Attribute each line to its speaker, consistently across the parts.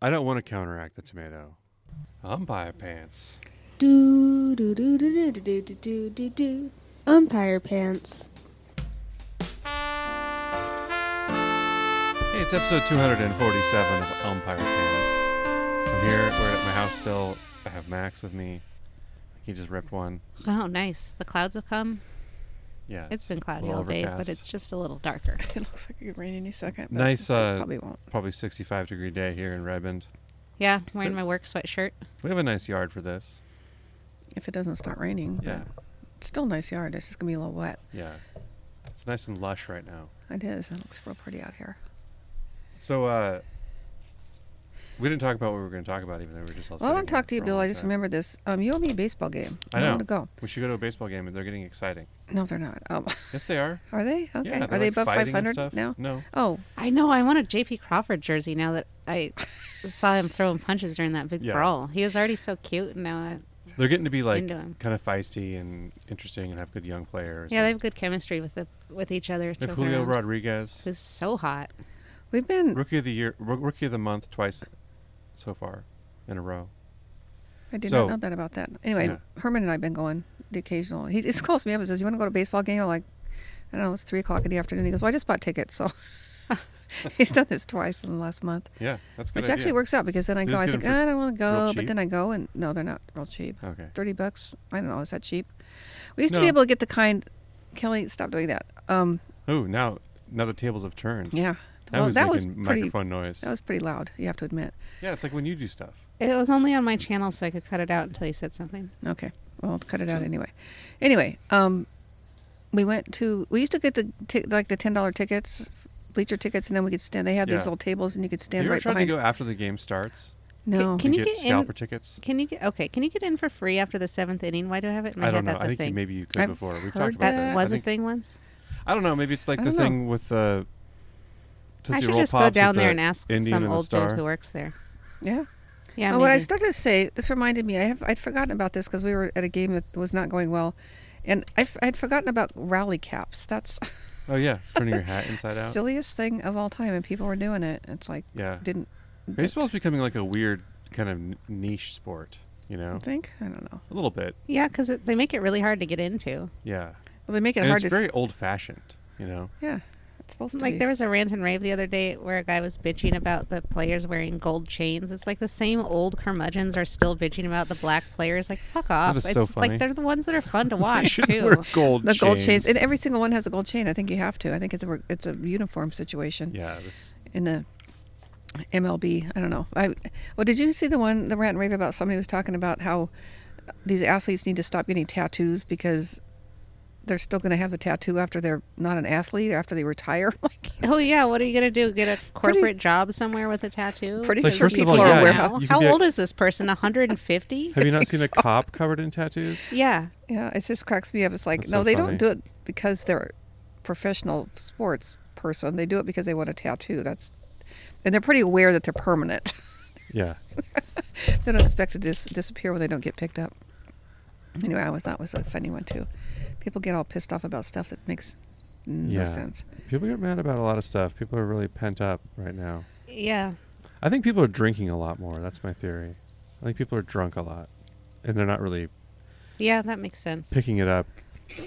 Speaker 1: I don't want to counteract the tomato. Umpire pants.
Speaker 2: Do do do do do do do do do do. Umpire pants.
Speaker 1: Hey, it's episode 247 of Umpire Pants. I'm here. We're at my house still. I have Max with me. He just ripped one.
Speaker 3: Oh, nice. The clouds have come.
Speaker 1: Yeah.
Speaker 3: It's been cloudy
Speaker 1: little
Speaker 3: all day, but
Speaker 1: overcast.
Speaker 3: it's just a little darker.
Speaker 4: It looks like it could rain any second. but
Speaker 1: Nice,
Speaker 4: it
Speaker 1: uh,
Speaker 4: probably won't.
Speaker 1: probably 65 degree day here in Redmond.
Speaker 3: Yeah, I'm wearing my work sweatshirt.
Speaker 1: We have a nice yard for this.
Speaker 4: If it doesn't start raining.
Speaker 1: Yeah.
Speaker 4: but It's still a nice yard. It's just gonna be a little wet.
Speaker 1: Yeah. It's nice and lush right now.
Speaker 4: It is. It looks real pretty out here.
Speaker 1: So, uh, we didn't talk about what we were going to talk about, even though we were just all
Speaker 4: Well, I
Speaker 1: sitting
Speaker 4: want to
Speaker 1: here
Speaker 4: talk to you,
Speaker 1: for a
Speaker 4: Bill.
Speaker 1: long
Speaker 4: I just
Speaker 1: time.
Speaker 4: remembered this. Um, you owe me a baseball game.
Speaker 1: I know.
Speaker 4: want to go.
Speaker 1: We should go to a baseball game, and they're getting exciting.
Speaker 4: No, they're not. Oh,
Speaker 1: Yes, they are.
Speaker 4: are they? Okay.
Speaker 1: Yeah,
Speaker 4: are
Speaker 1: they're,
Speaker 4: they
Speaker 1: like,
Speaker 4: above
Speaker 1: fighting and
Speaker 4: 500
Speaker 1: stuff.
Speaker 4: now?
Speaker 1: No.
Speaker 4: Oh,
Speaker 3: I know. I want a J.P. Crawford jersey now that I saw him throwing punches during that big
Speaker 1: Yeah.
Speaker 3: brawl. He was already so cute, and now I,
Speaker 1: They're getting to be like
Speaker 3: Into 'em.
Speaker 1: kind of feisty and interesting and have good young players.
Speaker 3: yeah, they
Speaker 1: and-
Speaker 3: have good chemistry with the with each other.
Speaker 1: they have
Speaker 3: joking
Speaker 1: Julio
Speaker 3: around.
Speaker 1: Rodriguez,
Speaker 3: Who's so hot.
Speaker 4: we've been.
Speaker 1: rookie of the year, Rook- rookie of the month twice so far in a row.
Speaker 4: I did
Speaker 1: so-
Speaker 4: not know that about that. Anyway,
Speaker 1: Yeah.
Speaker 4: Herman and I've been going the occasional. He just calls me up and says, "You want to go to a baseball game?" I'm like, I don't know. It's three o'clock in the afternoon. He goes, "Well, I just bought tickets." So he's done this twice in the last month.
Speaker 1: Yeah, that's a good.
Speaker 4: Which actually
Speaker 1: idea.
Speaker 4: works out because then I
Speaker 1: Just
Speaker 4: go, I
Speaker 1: get
Speaker 4: think,
Speaker 1: 'em for
Speaker 4: "Ah, I don't want to
Speaker 1: real
Speaker 4: go,
Speaker 1: cheap.
Speaker 4: but then I go and no, they're not real cheap.
Speaker 1: Okay.
Speaker 4: 30 bucks. I don't know. Is that cheap? We used to
Speaker 1: No.
Speaker 4: be able to get the kind, Kelly, stop doing that. Um,
Speaker 1: Oh, now now the tables have turned.
Speaker 4: yeah.
Speaker 1: That was
Speaker 4: that was
Speaker 1: making
Speaker 4: pretty,
Speaker 1: microphone noise.
Speaker 4: that was pretty loud. You have to admit.
Speaker 1: yeah, it's like when you do stuff.
Speaker 3: It was only on my channel, so I could cut it out until you said something.
Speaker 4: Okay. Well, I'll cut it out anyway. Anyway, um, we went to, we used to get the, ti- like the $10 tickets, bleacher tickets, and then we could stand, they had
Speaker 1: Yeah.
Speaker 4: these little tables and you could
Speaker 1: Have
Speaker 4: stand
Speaker 1: you ever
Speaker 4: right
Speaker 1: tried
Speaker 4: behind.
Speaker 1: to go after the game starts?
Speaker 4: no.
Speaker 3: Can
Speaker 1: to
Speaker 3: you
Speaker 1: get
Speaker 3: get in-
Speaker 1: scalper tickets?
Speaker 3: Can you get okay? Can you get in for free after the seventh inning? Why do I have it in my
Speaker 1: I don't
Speaker 3: head?
Speaker 1: know.
Speaker 3: That's
Speaker 1: I
Speaker 3: a
Speaker 1: think you-
Speaker 3: thing.
Speaker 1: maybe you could
Speaker 4: I've
Speaker 1: before. We've
Speaker 4: heard
Speaker 1: talked about
Speaker 3: that
Speaker 1: that.
Speaker 3: was
Speaker 1: I
Speaker 3: a
Speaker 1: think-
Speaker 3: thing once.
Speaker 1: I don't know. Maybe it's like
Speaker 4: I
Speaker 1: the
Speaker 4: don't know.
Speaker 1: thing with the.
Speaker 3: I
Speaker 1: Tootsie
Speaker 3: should
Speaker 1: Roll
Speaker 3: just
Speaker 1: Pops
Speaker 3: go
Speaker 1: with
Speaker 3: down
Speaker 1: the
Speaker 3: there and ask
Speaker 1: Indian
Speaker 3: some
Speaker 1: and the
Speaker 3: old dude
Speaker 1: star.
Speaker 3: who works there.
Speaker 4: yeah.
Speaker 3: Yeah.
Speaker 4: Oh, what I
Speaker 3: maybe.
Speaker 4: started to say, this reminded me, I have, I'd forgotten about this because we were at a game that was not going well. And I f- I'd forgotten about rally caps. That's
Speaker 1: Oh yeah, turning your hat inside out.
Speaker 4: silliest thing of all time. And people were doing it. It's like,
Speaker 1: Yeah.
Speaker 4: didn't
Speaker 1: Baseball's becoming like a weird kind of n- niche sport, you know?
Speaker 4: think? I don't know.
Speaker 1: A little bit,
Speaker 3: Yeah, because they make it really hard to get into.
Speaker 1: yeah.
Speaker 4: Well, they make it
Speaker 1: and
Speaker 4: hard
Speaker 1: it's
Speaker 4: to. s-
Speaker 1: very old fashioned, you know?
Speaker 4: yeah. It's supposed to
Speaker 3: Like
Speaker 4: be.
Speaker 3: there was a rant and rave the other day where a guy was bitching about the players wearing gold chains. It's like the same old curmudgeons are still bitching about the black players. Like fuck off!
Speaker 1: is
Speaker 3: it's
Speaker 1: so funny.
Speaker 3: like they're the ones that are fun to
Speaker 1: You
Speaker 3: watch
Speaker 1: should
Speaker 3: too.
Speaker 1: wear gold
Speaker 4: the
Speaker 1: chains.
Speaker 4: gold chains, and every single one has a gold chain. I think you have to. I think it's a it's a uniform situation
Speaker 1: yeah, this,
Speaker 4: in the MLB. I don't know. I well, did you see the one the rant and rave about somebody was talking about how these athletes need to stop getting tattoos because they're still going to have the tattoo after they're not an athlete or after they retire. Like,
Speaker 3: Oh yeah, what are you gonna do? Get a corporate job somewhere with a tattoo?
Speaker 4: pretty
Speaker 1: Like,
Speaker 4: sure
Speaker 1: first of
Speaker 4: people
Speaker 1: all,
Speaker 4: are
Speaker 1: yeah,
Speaker 4: aware
Speaker 1: you-
Speaker 4: how-
Speaker 1: you can
Speaker 3: How
Speaker 1: be a-
Speaker 3: old is this person? 150?
Speaker 1: have you not
Speaker 4: think
Speaker 1: seen a
Speaker 4: so.
Speaker 1: cop covered in tattoos?
Speaker 3: yeah.
Speaker 4: Yeah, it just cracks me up. It's like,
Speaker 1: That's
Speaker 4: no,
Speaker 1: so
Speaker 4: they
Speaker 1: funny.
Speaker 4: don't do it because they're a professional sports person. They do it because they want a tattoo. That's and they're pretty aware that they're permanent.
Speaker 1: Yeah.
Speaker 4: they don't expect to dis- disappear when they don't get picked up. Anyway, I always thought it was a funny one too. People get all pissed off about stuff that makes no
Speaker 1: Yeah.
Speaker 4: sense.
Speaker 1: People get mad about a lot of stuff. People are really pent up right now.
Speaker 3: Yeah.
Speaker 1: I think people are drinking a lot more. That's my theory. I think people are drunk a lot, and they're not really
Speaker 3: Yeah, that makes sense.
Speaker 1: picking it up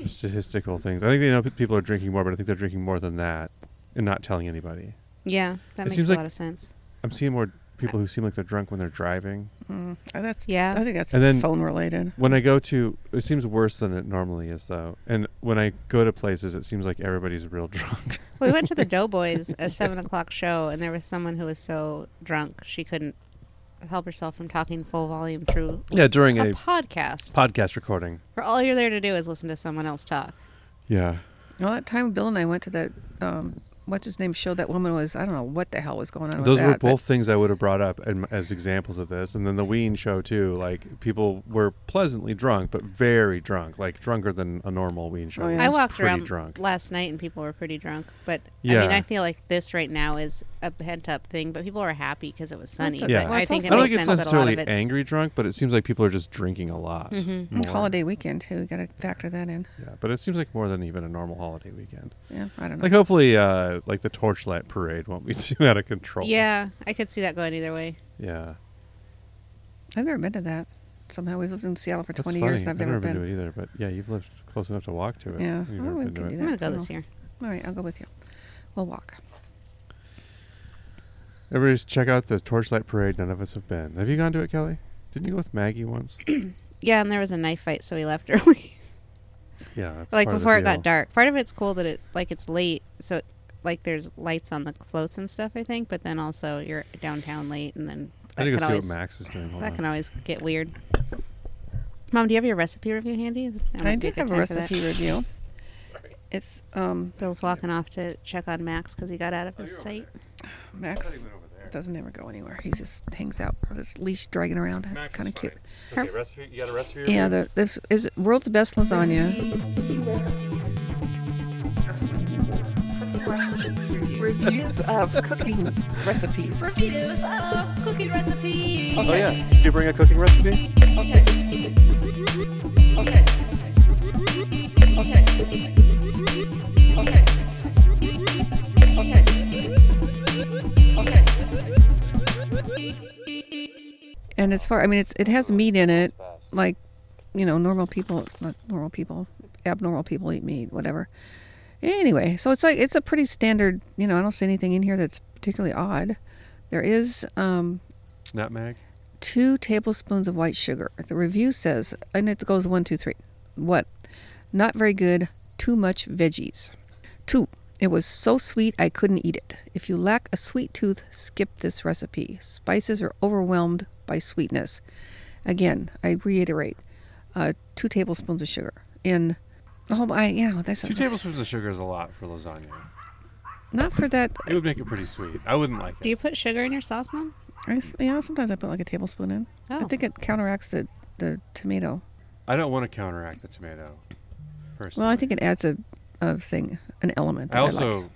Speaker 1: statistical things. I think they know p- people are drinking more, but I think they're drinking more than that and not telling anybody.
Speaker 3: Yeah, that
Speaker 1: It
Speaker 3: makes
Speaker 1: seems
Speaker 3: a
Speaker 1: like-
Speaker 3: lot of sense.
Speaker 1: I'm seeing more people who seem like they're drunk when they're driving.
Speaker 4: Mm, and that's
Speaker 3: Yeah.
Speaker 4: I think that's
Speaker 1: And then-
Speaker 4: phone related.
Speaker 1: When I go to, it seems worse than it normally is, though. And when I go to places, it seems like everybody's real drunk.
Speaker 3: We went to the Doughboys, a seven o'clock show, and there was someone who was so drunk she couldn't help herself from talking full volume through
Speaker 1: yeah, during
Speaker 3: a
Speaker 1: a
Speaker 3: podcast
Speaker 1: podcast recording.
Speaker 3: where all you're there to do is listen to someone else talk.
Speaker 1: Yeah.
Speaker 4: All that time, Bill and I went to that. Um, what's his name? Show that woman was I don't know what the hell was going on. with
Speaker 1: Those were
Speaker 4: that, but-
Speaker 1: both things I would have brought up and, as examples of this. And then the Ween show, too. Like, people were pleasantly drunk, but very drunk. Like, drunker than a normal Ween show.
Speaker 4: Oh, yeah.
Speaker 1: which
Speaker 3: I
Speaker 1: is
Speaker 3: walked
Speaker 1: pretty
Speaker 3: around
Speaker 1: drunk.
Speaker 3: last night and people were pretty drunk, but I
Speaker 1: Yeah.
Speaker 3: mean, I feel like this right now is a pent up thing, but people are happy because it was sunny.
Speaker 4: That's
Speaker 3: But
Speaker 1: a-
Speaker 4: well,
Speaker 3: I
Speaker 4: it's
Speaker 3: think it
Speaker 1: I
Speaker 4: also-
Speaker 1: don't
Speaker 3: makes
Speaker 1: think it's
Speaker 3: sense that a lot
Speaker 1: necessarily
Speaker 3: of it's
Speaker 1: angry drunk, but it seems like people are just drinking a lot.
Speaker 3: Mhm.
Speaker 1: more.
Speaker 4: holiday weekend too. You got to factor that in.
Speaker 1: Yeah, but it seems like more than even a normal holiday weekend.
Speaker 4: Yeah, I don't know.
Speaker 1: Like hopefully uh, the like the torchlight parade won't be too out of control.
Speaker 3: Yeah, I could see that going either way.
Speaker 1: yeah.
Speaker 4: I've never been to that. Somehow we've lived in Seattle for
Speaker 1: That's
Speaker 4: 20
Speaker 1: funny.
Speaker 4: years and I've never been.
Speaker 1: to it either. But yeah, you've lived close enough to walk to it.
Speaker 4: Yeah.
Speaker 1: You've
Speaker 4: Oh,
Speaker 1: never
Speaker 4: we
Speaker 1: been to
Speaker 4: could
Speaker 1: it.
Speaker 4: do
Speaker 3: I'm
Speaker 4: Yeah,
Speaker 3: gonna go this
Speaker 4: cool.
Speaker 3: year.
Speaker 4: All right, I'll go with you. We'll walk.
Speaker 1: Everybody's check out the torchlight parade. None of us have been. Have you gone to it, Kelly? Didn't you go with Maggie once?
Speaker 3: Yeah, and there was a knife fight, so we left early.
Speaker 1: yeah. that's part
Speaker 3: like
Speaker 1: of the
Speaker 3: before it got
Speaker 1: deal.
Speaker 3: dark. Part of it's cool that it like it's late, so it, like there's lights on the floats and stuff. I think, but then also you're downtown late, and then
Speaker 1: I
Speaker 3: that
Speaker 1: need to
Speaker 3: can
Speaker 1: go see what
Speaker 3: always
Speaker 1: Max is doing. Hold
Speaker 3: that
Speaker 1: on.
Speaker 3: can always get weird. Mom, do you have your recipe review handy? That
Speaker 4: I
Speaker 3: might be
Speaker 4: did
Speaker 3: good
Speaker 4: have a
Speaker 3: time for that.
Speaker 4: recipe review. It's um,
Speaker 3: Bill's walking off to check on Max because he got out of
Speaker 1: Oh,
Speaker 3: his sight.
Speaker 4: Max doesn't ever go anywhere. He just hangs out with his leash dragging around. That's kind of cute.
Speaker 1: Okay, recipe. You got a recipe?
Speaker 4: Yeah, the, this is world's best lasagna. Reviews of cooking recipes.
Speaker 5: Reviews of cooking recipes.
Speaker 1: Oh yeah. Did you bring a cooking recipe?
Speaker 5: Okay. Okay. Okay. Okay. Okay.
Speaker 4: And as far, I mean, it's it has meat in it, like you know, normal people, not normal people, abnormal people eat meat, whatever. Anyway, so it's like it's a pretty standard. You know, I don't see anything in here that's particularly odd. There is um,
Speaker 1: Nutmeg.
Speaker 4: two tablespoons of white sugar. The review says, and it goes one, two, three. What? Not very good. Too much veggies. Two. It was so sweet I couldn't eat it. If you lack a sweet tooth, skip this recipe. Spices are overwhelmed by sweetness. Again, I reiterate, uh, two tablespoons of sugar in. Oh my, yeah, that's
Speaker 1: Two tablespoons of sugar is a lot for lasagna.
Speaker 4: not for that.
Speaker 1: It would make it pretty sweet. I wouldn't like
Speaker 3: Do
Speaker 1: it.
Speaker 3: you put sugar in your sauce, Mom?
Speaker 4: I s yeah, sometimes I put like a tablespoon in. I
Speaker 3: Oh.
Speaker 4: think it counteracts the the tomato.
Speaker 1: I don't want to counteract the tomato. Personally.
Speaker 4: Well, I think it adds a, a thing, an element.
Speaker 1: I
Speaker 4: that like.
Speaker 1: also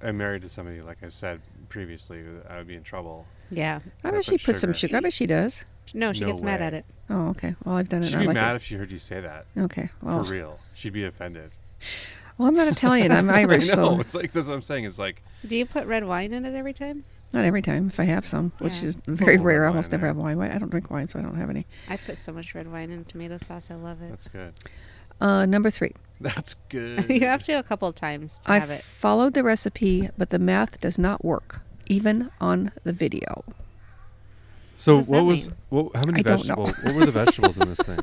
Speaker 1: am married to somebody, like I said previously, who I would be in trouble.
Speaker 3: Yeah.
Speaker 4: I
Speaker 1: They
Speaker 4: bet she
Speaker 1: put
Speaker 4: puts some
Speaker 1: sugar.
Speaker 4: sugar. I bet she does.
Speaker 3: No, she
Speaker 1: No
Speaker 3: gets mad
Speaker 1: way.
Speaker 3: at it.
Speaker 4: Oh, okay. Well, I've done it.
Speaker 1: She'd
Speaker 4: and
Speaker 1: be
Speaker 4: I like
Speaker 1: mad
Speaker 4: it.
Speaker 1: if she heard you say that.
Speaker 4: Okay. Well,
Speaker 1: For real. She'd be offended.
Speaker 4: well, I'm not Italian. I'm Irish,
Speaker 1: I know.
Speaker 4: so
Speaker 1: It's like, that's what I'm saying. It's like,
Speaker 3: Do you put red wine in it every time?
Speaker 4: not every time. If I have some, which
Speaker 3: Yeah.
Speaker 4: is very
Speaker 1: little red
Speaker 4: rare,
Speaker 1: wine
Speaker 4: I almost
Speaker 1: in
Speaker 4: never
Speaker 1: there.
Speaker 4: have wine. I don't drink wine, so I don't have any.
Speaker 3: I put so much red wine in tomato sauce. I love it.
Speaker 1: that's good.
Speaker 4: Uh, number three.
Speaker 1: That's good.
Speaker 3: you have to a couple of times to
Speaker 4: I
Speaker 3: have it.
Speaker 4: followed the recipe, but the math does not work, even on the video.
Speaker 1: So
Speaker 3: What does
Speaker 1: what
Speaker 3: that
Speaker 1: was
Speaker 3: mean?
Speaker 1: what, how many
Speaker 4: I don't know.
Speaker 1: vegetables? What were the vegetables in this thing?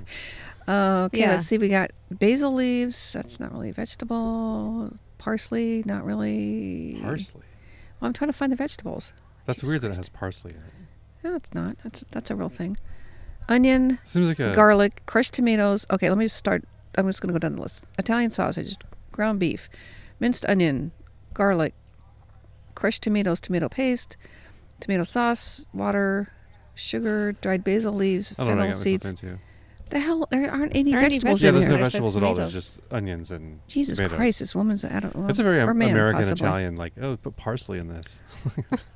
Speaker 4: Uh, okay,
Speaker 3: Yeah.
Speaker 4: let's see. We got basil leaves. That's not really a vegetable. Parsley, not really.
Speaker 1: Parsley.
Speaker 4: Well, I'm trying to find the vegetables.
Speaker 1: That's
Speaker 4: Jesus
Speaker 1: weird that it
Speaker 4: Christ.
Speaker 1: has parsley in it.
Speaker 4: No, it's not. That's that's a real thing. Onion,
Speaker 1: Seems like a
Speaker 4: garlic, crushed tomatoes. Okay, let me just start. I'm just going to go down the list. Italian sausage, ground beef, minced onion, garlic, crushed tomatoes, tomato paste, tomato sauce, water, sugar, dried basil leaves,
Speaker 1: I don't know. I
Speaker 4: fennel
Speaker 1: got myself
Speaker 4: seeds.
Speaker 1: into.
Speaker 4: The hell, there aren't any
Speaker 3: There aren't any
Speaker 4: vegetables
Speaker 1: Yeah,
Speaker 4: in
Speaker 1: there's
Speaker 4: here.
Speaker 1: no
Speaker 3: there. That's
Speaker 1: vegetables at all. There's
Speaker 3: tomatoes.
Speaker 1: just onions and
Speaker 4: Jesus
Speaker 1: tomatoes.
Speaker 4: Christ, this woman's I don't know.
Speaker 1: It's a very
Speaker 4: or man,
Speaker 1: American
Speaker 4: possibly.
Speaker 1: Italian. Like oh, put parsley in this.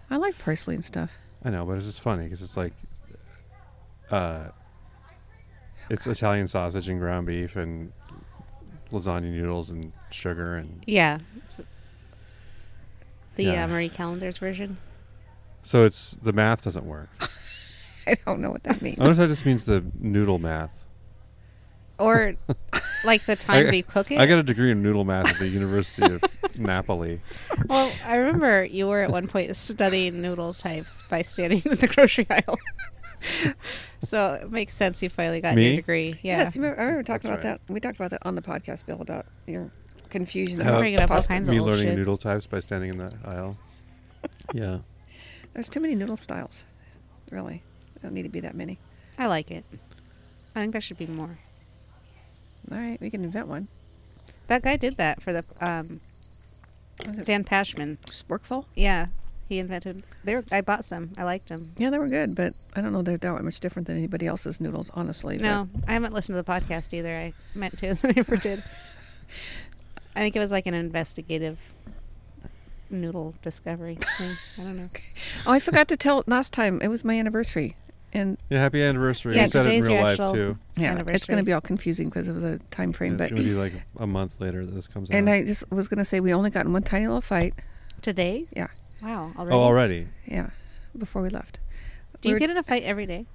Speaker 4: I like parsley and stuff.
Speaker 1: I know, but it's just funny because it's like, uh, it's Italian sausage and ground beef and lasagna noodles and sugar and
Speaker 3: Yeah. It's the
Speaker 1: Yeah.
Speaker 3: Uh, Marie Callender's version.
Speaker 1: so it's the math doesn't work. I
Speaker 4: I don't know what that means.
Speaker 1: wonder if that just means the noodle math.
Speaker 3: Or like the times
Speaker 1: I-
Speaker 3: you cook it.
Speaker 1: I got a degree in noodle math at the University of Napoli.
Speaker 3: well, I remember you were at one point studying noodle types by standing in the grocery aisle. so it makes sense you finally got
Speaker 1: Me?
Speaker 3: your degree. Yeah.
Speaker 4: Yes, I remember, I remember talking
Speaker 1: That's
Speaker 4: about that. We talked about that on the podcast, Bill, about your confusion.
Speaker 1: Uh,
Speaker 4: about
Speaker 3: bringing up all
Speaker 4: pasta.
Speaker 3: kinds of
Speaker 1: Me
Speaker 3: old
Speaker 1: learning
Speaker 3: shit.
Speaker 1: noodle types by standing in the aisle. Yeah.
Speaker 4: There's too many noodle styles, really. There don't need to be that many.
Speaker 3: I like it. I think there should be more.
Speaker 4: All right, we can invent one.
Speaker 3: That guy did that for the um,
Speaker 4: Was it
Speaker 3: Dan Pashman.
Speaker 4: Sporkful? Yeah,
Speaker 3: Yeah, he invented. They were, I bought some. I liked them.
Speaker 4: yeah, they were good, but I don't know they're that much different than anybody else's noodles, honestly. but-
Speaker 3: No, I haven't listened to the podcast either. I meant to, I never did. I think it was like an investigative noodle discovery thing. I don't know.
Speaker 4: Oh, I forgot to tell last time. It was my anniversary, and
Speaker 1: Yeah, happy anniversary.
Speaker 3: Yeah,
Speaker 1: I said it in
Speaker 3: today's your
Speaker 1: real life
Speaker 3: actual-
Speaker 1: too.
Speaker 4: yeah, it's going
Speaker 3: Anniversary.
Speaker 4: to be all confusing because of the time frame.
Speaker 1: It's
Speaker 4: but
Speaker 1: gonna be like a month later that this comes out.
Speaker 4: and I just was going to say we only got in one tiny little fight.
Speaker 3: Today?
Speaker 4: Yeah.
Speaker 3: Wow. Already.
Speaker 1: Oh, already.
Speaker 4: Yeah, before we left.
Speaker 3: Do you
Speaker 4: We're-
Speaker 3: get in a fight every day?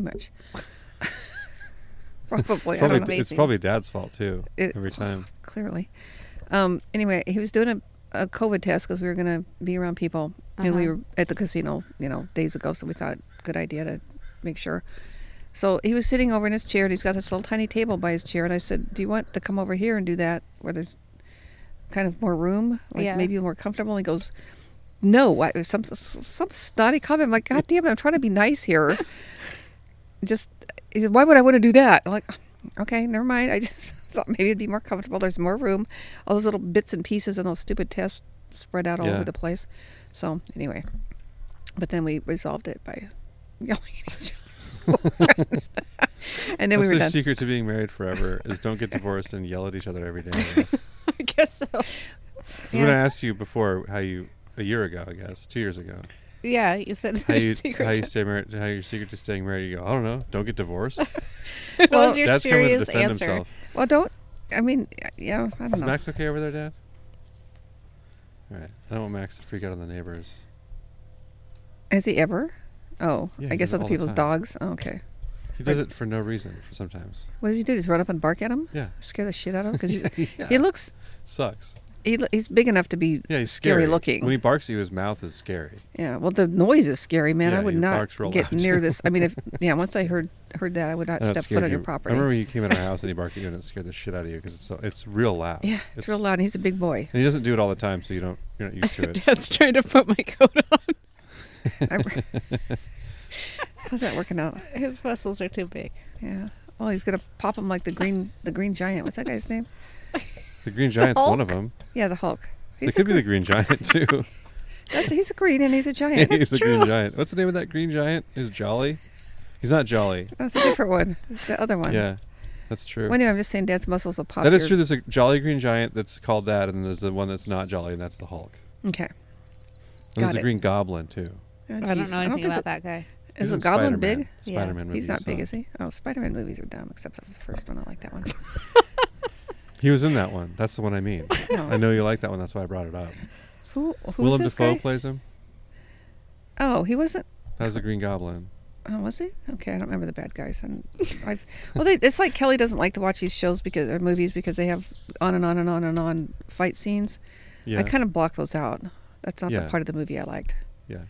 Speaker 4: much. Probably. I
Speaker 1: Probably,
Speaker 4: don't know.
Speaker 1: d- it's probably dad's fault too.
Speaker 4: It-
Speaker 1: every time.
Speaker 4: Clearly. Um, anyway, he was doing a, a COVID test because we were going to be around people. And we
Speaker 3: Uh-huh.
Speaker 4: were at the casino, you know, days ago. So we thought, good idea to make sure. So he was sitting over in his chair and he's got this little tiny table by his chair. And I said, do you want to come over here and do that where there's kind of more room? Like
Speaker 3: Yeah.
Speaker 4: maybe more comfortable? And he goes, no. I, some, some snotty comment. I'm like, God damn it, I'm trying to be nice here. just he said, why would I want to do that? I'm like, okay, never mind. I just thought maybe it'd be more comfortable. There's more room. All those little bits and pieces and those stupid tests spread out all
Speaker 1: Yeah.
Speaker 4: over the place. So anyway, but then we resolved it by yelling at each other. and then
Speaker 1: That's
Speaker 4: we were
Speaker 1: the
Speaker 4: done.
Speaker 1: secret to being married forever is don't get divorced and yell at each other every day. I guess.
Speaker 3: I guess so.
Speaker 1: This is what
Speaker 4: Yeah.
Speaker 1: I asked you before how you a year ago, I guess, two years ago.
Speaker 3: Yeah, you said
Speaker 1: How
Speaker 3: your
Speaker 1: you
Speaker 3: secret.
Speaker 1: how you
Speaker 3: to-
Speaker 1: stay married? How your secret to staying married? You go, I don't know. Don't get divorced.
Speaker 3: what was your
Speaker 1: Dad's coming to
Speaker 3: serious
Speaker 1: defend
Speaker 3: answer?
Speaker 1: himself.
Speaker 4: Well, don't. I mean, yeah, I don't
Speaker 1: Is
Speaker 4: know.
Speaker 1: Max okay over there, Dad? All right. I don't want Max to freak out on the neighbors.
Speaker 4: Has he ever? Oh,
Speaker 1: Yeah,
Speaker 4: I
Speaker 1: he
Speaker 4: guess
Speaker 1: does it
Speaker 4: other
Speaker 1: all the
Speaker 4: people's
Speaker 1: time.
Speaker 4: dogs. Oh, okay.
Speaker 1: He does it for no reason sometimes.
Speaker 4: What does he do? Just run up and bark at him?
Speaker 1: Yeah.
Speaker 4: Scare the shit out of him? Because he,
Speaker 1: Yeah.
Speaker 4: he looks,
Speaker 1: Sucks.
Speaker 4: he, lo- he's big enough to be
Speaker 1: Yeah, he's
Speaker 4: scary
Speaker 1: scary
Speaker 4: looking.
Speaker 1: When he barks at you, his mouth is scary.
Speaker 4: Yeah, well, the noise is scary, man. I
Speaker 1: Yeah,
Speaker 4: would
Speaker 1: your
Speaker 4: not
Speaker 1: barks roll
Speaker 4: get
Speaker 1: out,
Speaker 4: near
Speaker 1: too.
Speaker 4: this. I mean, if yeah, once I heard heard that, I would not
Speaker 1: And that
Speaker 4: step
Speaker 1: scared
Speaker 4: foot on your
Speaker 1: you.
Speaker 4: property.
Speaker 1: I remember when you came in our house and he barked at you and it scared the shit out of you because it's so it's real loud.
Speaker 4: yeah, it's, real loud. And he's a big boy.
Speaker 1: And he doesn't do it all the time, so you don't you're not used to it.
Speaker 3: Dad's trying to put my coat on.
Speaker 4: I- How's that working out?
Speaker 3: His muscles are too big.
Speaker 4: Yeah. Well, he's gonna pop him like the green the green giant. What's that guy's name?
Speaker 1: The Green Giant's one of them.
Speaker 4: Yeah, the Hulk.
Speaker 1: It
Speaker 4: He's a,
Speaker 1: could be the Green Giant too.
Speaker 4: that's, he's a green and he's a giant.
Speaker 1: he's
Speaker 4: That's,
Speaker 1: the Green Giant. What's the name of that Green Giant? Is Jolly? He's not Jolly.
Speaker 4: that's a different one. The other one.
Speaker 1: Yeah, that's true.
Speaker 4: Well, anyway, I'm just saying, Dad's muscles will pop.
Speaker 1: that is true.
Speaker 4: your-
Speaker 1: There's a Jolly Green Giant that's called that, and there's the one that's not Jolly, and that's the Hulk.
Speaker 4: Okay.
Speaker 1: And
Speaker 4: Got
Speaker 1: there's
Speaker 4: it.
Speaker 1: a Green Goblin too.
Speaker 4: Oh,
Speaker 3: I don't
Speaker 4: geez.
Speaker 3: know anything
Speaker 4: think
Speaker 3: about that guy.
Speaker 4: the-
Speaker 1: He's
Speaker 4: Is the
Speaker 1: in
Speaker 4: goblin
Speaker 1: Spider-Man-
Speaker 4: big?
Speaker 3: Yeah.
Speaker 1: Spider-Man movies.
Speaker 4: He's not big,
Speaker 1: so-
Speaker 4: is he? Oh, Spider-Man movies are dumb, except for the first one. I like that one.
Speaker 1: He was in that one. That's the one I mean.
Speaker 4: No.
Speaker 1: I know you like that one. That's why I brought it up.
Speaker 4: Oh. Who? Who's
Speaker 1: Willem
Speaker 4: this
Speaker 1: Dafoe
Speaker 4: guy?
Speaker 1: plays him.
Speaker 4: Oh, he wasn't.
Speaker 1: That was the Green Goblin.
Speaker 4: Oh, was he? Okay, I don't remember the bad guys. And I've, well, they, it's like Kelly doesn't like to watch these shows because or movies because they have on and on and on and on fight scenes.
Speaker 1: Yeah.
Speaker 4: I kind of block those out. That's not
Speaker 1: Yeah.
Speaker 4: the part of the movie I liked.
Speaker 1: yeah.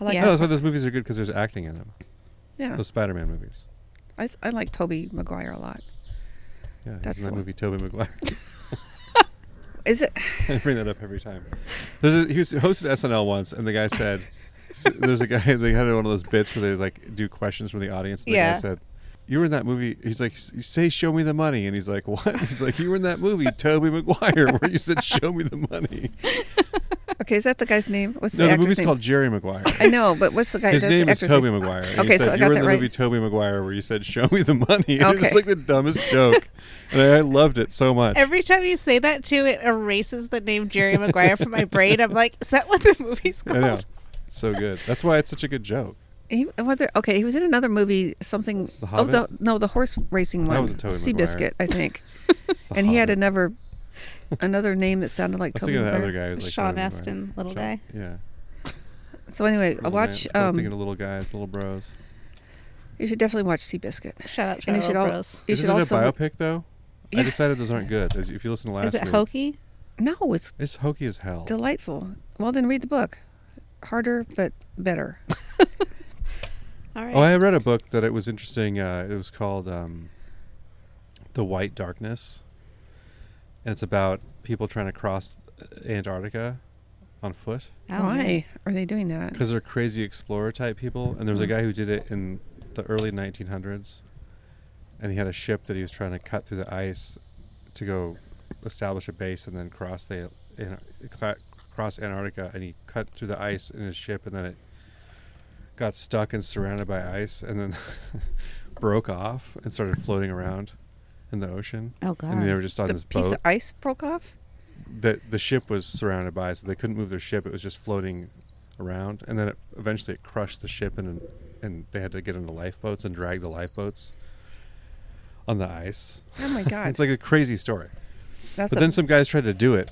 Speaker 4: I like
Speaker 3: Yeah.
Speaker 1: No, that's why those movies are good because there's acting in them.
Speaker 4: yeah.
Speaker 1: Those Spider-Man movies.
Speaker 4: I, I like Toby Maguire a lot.
Speaker 1: Yeah, that's
Speaker 4: That's
Speaker 1: in that
Speaker 4: the one.
Speaker 1: movie Toby Maguire.
Speaker 4: Is it?
Speaker 1: I bring that up every time. There's a, he was hosted SNL once, and the guy said, s- "There's a guy. They had one of those bits where they like do questions from the audience." And the
Speaker 3: Yeah.
Speaker 1: guy said, "You were in that movie." He's like, "S- "Say, show me the money," and he's like, "What?" He's like, "You were in that movie, Toby Maguire, where you said, show me the money.'"
Speaker 4: Okay, is that the guy's name? What's
Speaker 1: No,
Speaker 4: the
Speaker 1: the
Speaker 4: actor's
Speaker 1: movie's
Speaker 4: name?
Speaker 1: called Jerry Maguire.
Speaker 4: I know, but what's the guy?
Speaker 1: His
Speaker 4: that's the
Speaker 1: name is
Speaker 4: actor's
Speaker 1: Toby
Speaker 4: name?
Speaker 1: Maguire. and
Speaker 4: Okay,
Speaker 1: he
Speaker 4: so
Speaker 1: said,
Speaker 4: I
Speaker 1: you
Speaker 4: got
Speaker 1: were in
Speaker 4: that
Speaker 1: the
Speaker 4: right.
Speaker 1: movie Toby Maguire where you said, "Show me the money." And It's
Speaker 4: Okay.
Speaker 1: like the dumbest joke, and I loved it so much.
Speaker 3: Every time you say that too, it erases the name Jerry Maguire from my brain. I'm like, is that what the movie's
Speaker 1: I know,
Speaker 3: called?
Speaker 1: It's so good. That's why it's such a good joke.
Speaker 4: He, whether, okay, he was in another movie, something.
Speaker 1: The
Speaker 4: oh, the,
Speaker 1: Hobbit?
Speaker 4: no, the horse racing one.
Speaker 1: was a Tobey Maguire.
Speaker 4: Seabiscuit, I think. and he had
Speaker 1: Hobbit.
Speaker 4: another another name that sounded like
Speaker 1: I was
Speaker 4: Toby
Speaker 1: thinking of the
Speaker 4: Maguire.
Speaker 1: other guy who's like
Speaker 3: Sean
Speaker 1: Toby Maguire.
Speaker 3: Astin, little
Speaker 1: Sean-
Speaker 3: guy.
Speaker 1: Yeah.
Speaker 4: So anyway,
Speaker 1: Little
Speaker 4: watch.
Speaker 1: man. I'm thinking
Speaker 4: Um,
Speaker 1: of little guys, little bros.
Speaker 4: you should definitely watch Seabiscuit.
Speaker 3: Shut up,
Speaker 4: And you should
Speaker 3: Shadow
Speaker 4: al-
Speaker 3: Bros.
Speaker 4: You
Speaker 1: Isn't
Speaker 4: should
Speaker 1: it
Speaker 4: also.
Speaker 1: a biopic though?
Speaker 4: Yeah.
Speaker 1: I decided those aren't good. As- If you listen to last
Speaker 3: Is it
Speaker 1: week,
Speaker 3: hokey?
Speaker 4: No, it's
Speaker 1: it's hokey as hell. Oh,
Speaker 4: delightful. Well, then read the book. Harder but better.
Speaker 3: All right.
Speaker 1: oh, I read a book that it was interesting. Uh, it was called um, "The White Darkness," and it's about people trying to cross Antarctica on foot
Speaker 3: I don't know.
Speaker 4: Why are they doing that?
Speaker 1: because they're crazy explorer type people. And there was
Speaker 4: Mm-hmm.
Speaker 1: a guy who did it in the early 1900s, and he had a ship that he was trying to cut through the ice to go establish a base and then cross the An- cla- cross Antarctica. And he cut through the ice in his ship, and then it got stuck and surrounded by ice, and then broke off and started floating around in the ocean.
Speaker 3: Oh
Speaker 1: And they
Speaker 3: God.
Speaker 1: were just on
Speaker 4: The
Speaker 1: this
Speaker 4: piece
Speaker 1: boat
Speaker 4: of ice broke off.
Speaker 1: that the ship was surrounded by, so they couldn't move their ship. It was just floating around, and then it, eventually it crushed the ship, and and they had to get into lifeboats and drag the lifeboats on the ice.
Speaker 4: Oh my god!
Speaker 1: It's like a crazy story.
Speaker 4: That's
Speaker 1: but
Speaker 4: a-
Speaker 1: then some guys tried to do it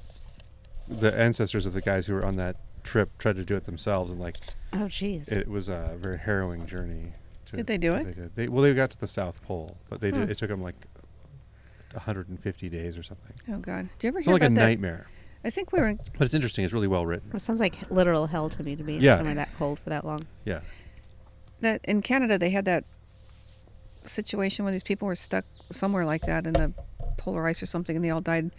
Speaker 1: the ancestors of the guys who were on that trip tried to do it themselves, and like
Speaker 3: Oh, jeez.
Speaker 1: it was a very harrowing journey. To,
Speaker 4: Did they do
Speaker 1: that
Speaker 4: it?
Speaker 1: They did. They, well, they got to the South Pole, but they
Speaker 4: Hmm.
Speaker 1: did. It took them like 150 days or something.
Speaker 4: Oh God, do you ever
Speaker 1: It's
Speaker 4: hear
Speaker 1: not like
Speaker 4: about
Speaker 1: a
Speaker 4: that?
Speaker 1: nightmare,
Speaker 4: I think we were in
Speaker 1: but it's interesting. It's really well written.
Speaker 3: It sounds like literal hell to me to be in
Speaker 1: Yeah.
Speaker 3: somewhere that cold for that long.
Speaker 1: Yeah.
Speaker 4: that in Canada they had that situation where these people were stuck somewhere like that in the polar ice or something and they all died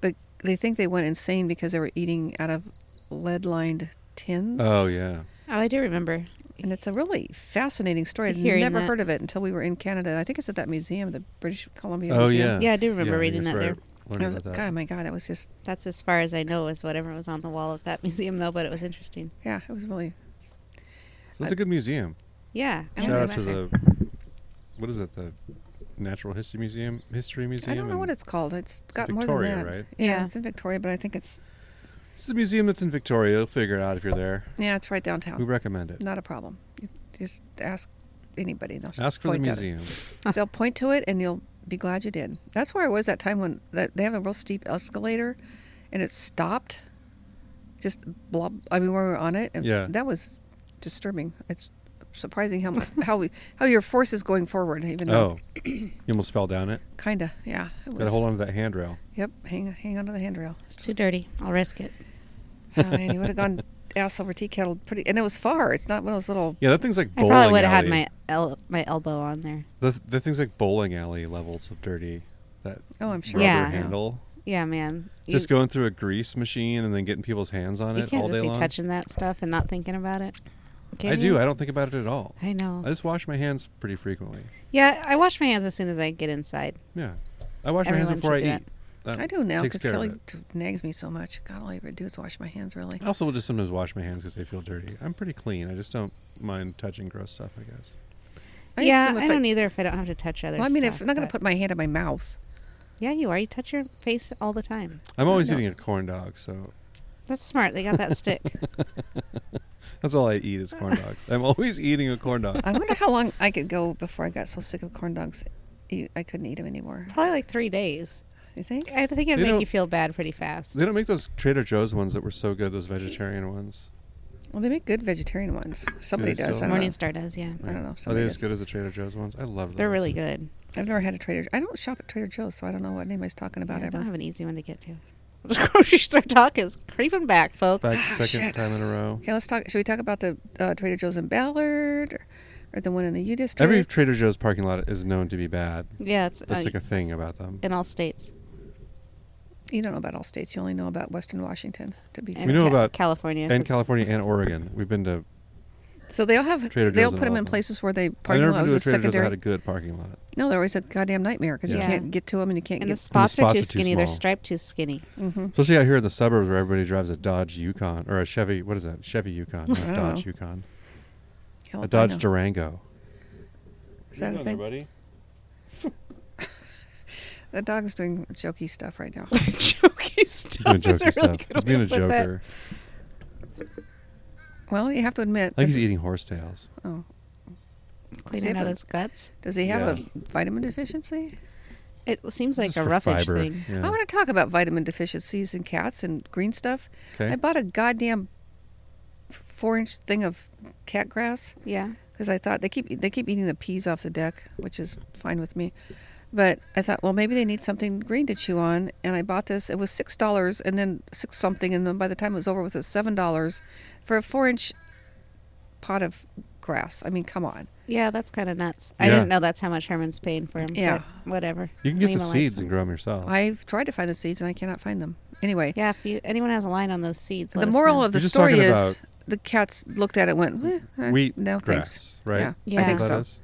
Speaker 4: but they think they went insane because they were eating out of lead lined tins
Speaker 1: Oh yeah.
Speaker 3: Oh, I do remember.
Speaker 4: and it's a really fascinating story i'd
Speaker 3: Hearing
Speaker 4: never
Speaker 3: that.
Speaker 4: heard of it until we were in canada i think it's at that museum the british columbia
Speaker 1: Oh
Speaker 4: museum.
Speaker 1: yeah.
Speaker 3: Yeah, I do remember
Speaker 1: Yeah,
Speaker 3: reading
Speaker 1: that's
Speaker 3: that
Speaker 1: right.
Speaker 3: there.
Speaker 4: And I
Speaker 1: Learning
Speaker 4: was
Speaker 1: about
Speaker 4: like,
Speaker 1: that.
Speaker 4: god my god that was just
Speaker 3: That's as far as I know is whatever was on the wall at that museum, though. But it was interesting.
Speaker 4: yeah it was really
Speaker 1: So it's a good museum.
Speaker 3: Yeah. I
Speaker 1: Shout
Speaker 3: wanna go
Speaker 1: out
Speaker 3: back
Speaker 1: to
Speaker 3: there.
Speaker 1: the what is it? The Natural History Museum, History Museum.
Speaker 4: i don't know
Speaker 1: in-
Speaker 4: what it's called it's got
Speaker 1: Victoria,
Speaker 4: more than that
Speaker 1: right?
Speaker 4: yeah,
Speaker 3: Yeah.
Speaker 4: it's in victoria but i think it's
Speaker 1: It's the museum that's in Victoria. You'll figure it out if you're there.
Speaker 4: yeah it's right
Speaker 3: Oh.
Speaker 4: downtown
Speaker 1: We recommend it.
Speaker 4: not a problem you just ask anybody and they'll
Speaker 1: Ask for the
Speaker 4: point at it.
Speaker 1: museum.
Speaker 4: They'll point to it, and you'll be glad you did. That's where I was that time when that they have a real steep escalator, and it stopped. Just blob. I mean, we were on it, and
Speaker 1: Yeah.
Speaker 4: that was disturbing. It's surprising how much, how we how your force is going forward, even though
Speaker 1: Oh, you almost fell down it.
Speaker 4: kinda yeah. It
Speaker 1: Got to
Speaker 4: was-
Speaker 1: hold on to that handrail.
Speaker 4: Yep, hang hang onto the handrail.
Speaker 3: It's too dirty. I'll risk it.
Speaker 4: Oh man, you would have gone ass over tea kettle pretty, and it was far. It's not one of those little.
Speaker 1: Yeah, that thing's like
Speaker 3: I
Speaker 1: bowling
Speaker 3: probably would have had
Speaker 1: alley.
Speaker 3: my el- my elbow on there.
Speaker 1: The, the thing's like bowling alley levels of dirty. That
Speaker 4: Oh, I'm sure.
Speaker 1: rubber
Speaker 3: Yeah.
Speaker 1: handle.
Speaker 3: Yeah, man. You,
Speaker 1: Just going through a grease machine and then getting people's hands on
Speaker 3: you
Speaker 1: it
Speaker 3: can't
Speaker 1: all
Speaker 3: just
Speaker 1: day
Speaker 3: be
Speaker 1: long.
Speaker 3: touching that stuff and not thinking about it. Can
Speaker 1: I
Speaker 3: you?
Speaker 1: do. I don't think about it at all.
Speaker 3: I know.
Speaker 4: Oh.
Speaker 1: I just wash my hands pretty frequently.
Speaker 3: yeah, I wash my hands as soon as I get inside.
Speaker 1: Yeah, I wash my
Speaker 3: Everyone
Speaker 1: hands before I
Speaker 3: should do
Speaker 1: eat.
Speaker 3: that.
Speaker 1: That
Speaker 4: I do now
Speaker 1: takes
Speaker 4: because
Speaker 1: care of
Speaker 4: Kelly
Speaker 1: it.
Speaker 4: t- nags me so much. God, all I ever do is wash my hands. Really.
Speaker 1: I also will just sometimes wash my hands because they feel dirty. I'm pretty clean. I just don't mind touching gross stuff, I guess.
Speaker 4: I
Speaker 3: yeah,
Speaker 4: assume if
Speaker 3: I don't either if I don't have to touch other
Speaker 4: Well, I mean,
Speaker 3: stuff.
Speaker 4: if I'm not going
Speaker 3: but-
Speaker 4: to put my hand in my mouth.
Speaker 3: Yeah, you are. You touch your face all the time.
Speaker 1: I'm always
Speaker 4: no.
Speaker 1: eating a corn dog, so
Speaker 3: That's smart. They got that stick.
Speaker 1: that's all I eat is corn dogs. I'm always eating a corn dog.
Speaker 4: I wonder how long I could go before I got so sick of corn dogs, you- I couldn't eat them anymore.
Speaker 3: Probably like three days.
Speaker 4: You think?
Speaker 3: I think it'd
Speaker 1: They
Speaker 3: make
Speaker 1: don't-
Speaker 3: you feel bad pretty fast.
Speaker 1: They don't make those Trader Joe's ones that were so good, those vegetarian ones.
Speaker 4: Well, they make good vegetarian ones. Somebody
Speaker 1: they
Speaker 4: does.
Speaker 1: still?
Speaker 4: I don't, know.
Speaker 3: Morningstar does, yeah.
Speaker 4: I don't know.
Speaker 1: Are they
Speaker 4: Somebody
Speaker 1: as
Speaker 4: does.
Speaker 1: good as the Trader Joe's ones? I love those.
Speaker 3: They're really good.
Speaker 4: I've never had a Trader. I don't shop at Trader Joe's, so I don't know what name I was talking about
Speaker 3: I don't
Speaker 4: ever.
Speaker 3: have an easy one to get to. grocery store talk is creeping back, folks.
Speaker 1: Back second
Speaker 4: Ah, shit.
Speaker 1: time in a row.
Speaker 4: Okay, let's talk. Should we talk about the uh, Trader Joe's in Ballard or, or the one in the U District?
Speaker 1: Every Trader Joe's parking lot is known to be bad.
Speaker 3: Yeah, it's
Speaker 1: That's
Speaker 3: uh,
Speaker 1: like a thing about them.
Speaker 3: in all states.
Speaker 4: you don't know about all states. You only know about Western Washington, to be fair.
Speaker 3: And
Speaker 1: know about-
Speaker 3: California.
Speaker 1: And
Speaker 3: 'cause-
Speaker 1: California and Oregon. We've been to.
Speaker 4: So they all have.
Speaker 1: Trader
Speaker 4: they all
Speaker 1: Joe's in
Speaker 4: put them
Speaker 1: all
Speaker 4: in
Speaker 1: of them.
Speaker 4: places where they
Speaker 1: I've
Speaker 4: parking
Speaker 1: never
Speaker 4: lot
Speaker 1: been to a
Speaker 4: was a
Speaker 1: Trader Joe's that
Speaker 4: secondary.
Speaker 1: had a good parking lot.
Speaker 4: No, they're always a goddamn nightmare because
Speaker 3: Yeah.
Speaker 4: you can't get to them and you can't
Speaker 3: And the
Speaker 4: get.
Speaker 3: spots,
Speaker 1: spots
Speaker 3: are
Speaker 1: are
Speaker 3: too
Speaker 1: too
Speaker 3: skinny. They're
Speaker 1: small.
Speaker 3: striped too skinny.
Speaker 4: hmm
Speaker 1: Especially out here in the suburbs where everybody drives a Dodge Yukon or a Chevy. What is that? Chevy Yukon, not
Speaker 4: don't
Speaker 1: Dodge
Speaker 4: know.
Speaker 1: Yukon.
Speaker 4: Hell
Speaker 1: A
Speaker 4: if I
Speaker 1: Dodge
Speaker 4: know.
Speaker 1: Durango.
Speaker 4: Is that a thing? The dog's doing jokey stuff right now.
Speaker 3: jokey stuff.
Speaker 1: Doing
Speaker 3: is a
Speaker 1: jokey
Speaker 3: really
Speaker 1: stuff.
Speaker 3: good
Speaker 1: He's
Speaker 3: way
Speaker 1: being
Speaker 3: to
Speaker 1: a
Speaker 3: put that.
Speaker 1: joker.
Speaker 4: Well, you have to admit.
Speaker 1: I think
Speaker 4: this
Speaker 1: he's
Speaker 4: is-
Speaker 1: eating horsetails.
Speaker 4: Oh,
Speaker 3: Cleaning out
Speaker 4: Zipper.
Speaker 3: his guts.
Speaker 4: does he have
Speaker 1: Yeah.
Speaker 4: a vitamin deficiency?
Speaker 3: It seems like
Speaker 1: Just
Speaker 3: a
Speaker 1: for
Speaker 3: roughage
Speaker 1: fiber,
Speaker 3: thing.
Speaker 1: yeah.
Speaker 4: I want to talk about vitamin deficiencies in cats and green stuff.
Speaker 1: Okay.
Speaker 4: I bought a goddamn four-inch thing of cat grass
Speaker 3: Yeah.
Speaker 4: because I thought they keep they keep eating the peas off the deck, which is fine with me. But I thought, well, maybe they need something green to chew on, and I bought this. It was six dollars, and then six something, and then by the time it was over with, it was seven dollars for a four-inch pot of grass. I mean, come on.
Speaker 3: Yeah, that's kind of nuts. I
Speaker 1: Yeah.
Speaker 3: didn't know that's how much Herman's paying for him.
Speaker 4: Yeah.
Speaker 3: but whatever.
Speaker 1: You can get
Speaker 3: Lima
Speaker 1: the
Speaker 3: likes
Speaker 1: seeds
Speaker 3: them.
Speaker 1: and grow them yourself.
Speaker 4: I've tried to find the seeds and I cannot find them. Anyway,
Speaker 3: Yeah, if you anyone has a line on those seeds, let
Speaker 4: the
Speaker 3: us
Speaker 4: moral
Speaker 3: know.
Speaker 4: of the
Speaker 1: You're just
Speaker 4: story
Speaker 1: talking
Speaker 4: is
Speaker 1: about
Speaker 4: the cats looked at it, and went "Eh, eh,
Speaker 1: Wheat
Speaker 4: no thanks.
Speaker 1: grass, right?
Speaker 4: Yeah,
Speaker 3: Yeah.
Speaker 4: I think
Speaker 1: That
Speaker 4: so.
Speaker 1: is?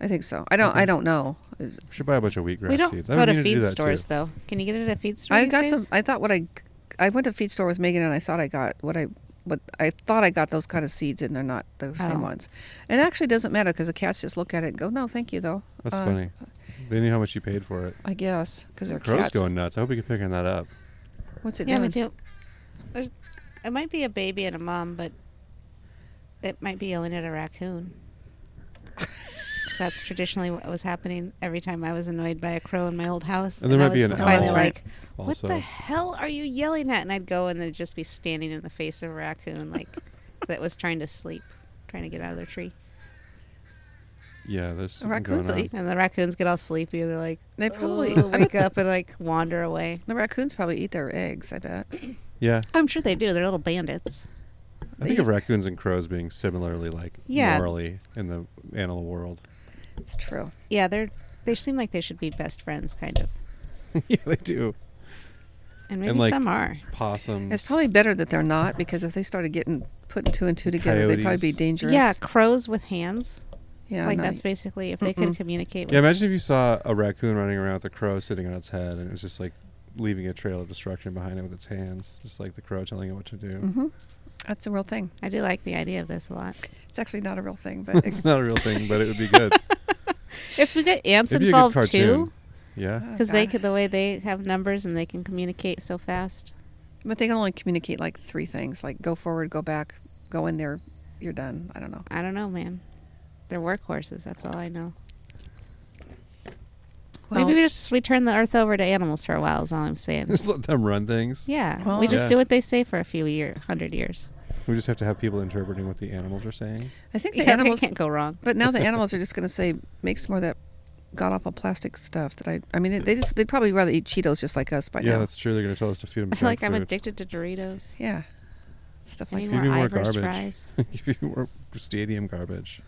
Speaker 4: I think so. I don't.
Speaker 1: Okay.
Speaker 4: I don't know.
Speaker 1: We should buy a bunch of wheatgrass
Speaker 3: we don't
Speaker 1: seeds. I've
Speaker 3: go
Speaker 1: been
Speaker 3: to
Speaker 1: meaning do
Speaker 3: feed
Speaker 1: that, too.
Speaker 3: stores though. Can you get it at a feed store?
Speaker 4: I
Speaker 3: these
Speaker 4: got
Speaker 3: days?
Speaker 4: some. I thought what I, I went to feed store with Megan and I thought I got what I, what I thought I got those kind of seeds and they're not those
Speaker 3: Oh.
Speaker 4: same ones. And it actually doesn't matter because the cats just look at it and go, no, thank you though.
Speaker 1: That's
Speaker 4: Uh,
Speaker 1: funny. They knew how much you paid for it.
Speaker 4: I guess because they're
Speaker 1: Crow's
Speaker 4: cats.
Speaker 1: going nuts. I hope you can pick that up.
Speaker 4: What's it
Speaker 3: Yeah, me
Speaker 4: doing?
Speaker 3: too. There's, it might be a baby and a mom, but it might be yelling at a raccoon. that's traditionally what was happening every time I was annoyed by a crow in my old house.
Speaker 1: And there might
Speaker 3: I
Speaker 1: be
Speaker 3: was
Speaker 1: an
Speaker 3: finally
Speaker 4: owl.
Speaker 3: like, what
Speaker 1: Also,
Speaker 3: the hell are you yelling at? And I'd go and they'd just be standing in the face of a raccoon, like that was trying to sleep, trying to get out of their tree.
Speaker 1: yeah, there's something going
Speaker 4: Raccoons will
Speaker 1: on.
Speaker 4: eat-
Speaker 3: And the raccoons get all sleepy and they're like,
Speaker 4: They probably
Speaker 3: "Ugh," wake up and like wander away.
Speaker 4: the raccoons probably eat their eggs. I bet.
Speaker 1: Yeah,
Speaker 3: I'm sure they do. They're little bandits.
Speaker 1: I think of raccoons and crows being similarly like
Speaker 3: Yeah.
Speaker 1: morally in the animal world.
Speaker 4: It's true.
Speaker 3: Yeah, they're they seem like they should be best friends, kind of.
Speaker 1: yeah, they do.
Speaker 3: And maybe
Speaker 1: like,
Speaker 3: some are.
Speaker 1: Possums.
Speaker 4: It's probably better that they're not because if they started getting putting two and two together, they'd probably be
Speaker 1: Coyotes.
Speaker 4: dangerous.
Speaker 3: Yeah, crows with hands.
Speaker 4: yeah.
Speaker 3: like
Speaker 4: no,
Speaker 3: that's basically if they can
Speaker 4: Mm-mm.
Speaker 3: communicate. With
Speaker 1: Yeah, imagine if you saw a raccoon running around with a crow sitting on its head, and it was just like leaving a trail of destruction behind it with its hands, just like the crow telling it what to do.
Speaker 4: Mhm. That's a real thing.
Speaker 3: I do like the idea of this a lot.
Speaker 4: It's actually not a real thing,
Speaker 3: Mm.
Speaker 4: but
Speaker 1: it's not a real thing, but it would be good.
Speaker 3: If we get ants
Speaker 1: It'd be a good
Speaker 3: involved
Speaker 1: cartoon.
Speaker 3: too,
Speaker 1: Yeah,
Speaker 3: because they
Speaker 4: God.
Speaker 3: could the way they have numbers and they can communicate so fast.
Speaker 4: But they can only communicate like three things: like go forward, go back, go in there, you're done. I don't know.
Speaker 3: I don't know, man. They're workhorses. That's all I know. Maybe we just we turn the earth over to animals for a while. Is all I'm saying.
Speaker 1: just let them run things.
Speaker 3: Uh, yeah,
Speaker 4: Well,
Speaker 3: we just
Speaker 1: Yeah.
Speaker 3: do what they say for a few year, hundred years.
Speaker 1: We just have to have people interpreting what the animals are saying.
Speaker 4: I think the
Speaker 3: Yeah, they
Speaker 4: animals.
Speaker 3: can't go wrong.
Speaker 4: But now the animals are just going to say, make some more of that god awful plastic stuff that I. I mean, they, they just they'd probably rather eat Cheetos just like us by
Speaker 1: yeah,
Speaker 4: now.
Speaker 1: that's true. They're going to tell us to feed them junk
Speaker 3: like I'm
Speaker 1: food.
Speaker 3: addicted to Doritos.
Speaker 4: yeah. Stuff
Speaker 3: I
Speaker 4: like
Speaker 3: need
Speaker 1: Feed
Speaker 3: more,
Speaker 1: me more
Speaker 3: Ivers
Speaker 1: garbage.
Speaker 3: fries.
Speaker 1: Give you more stadium garbage.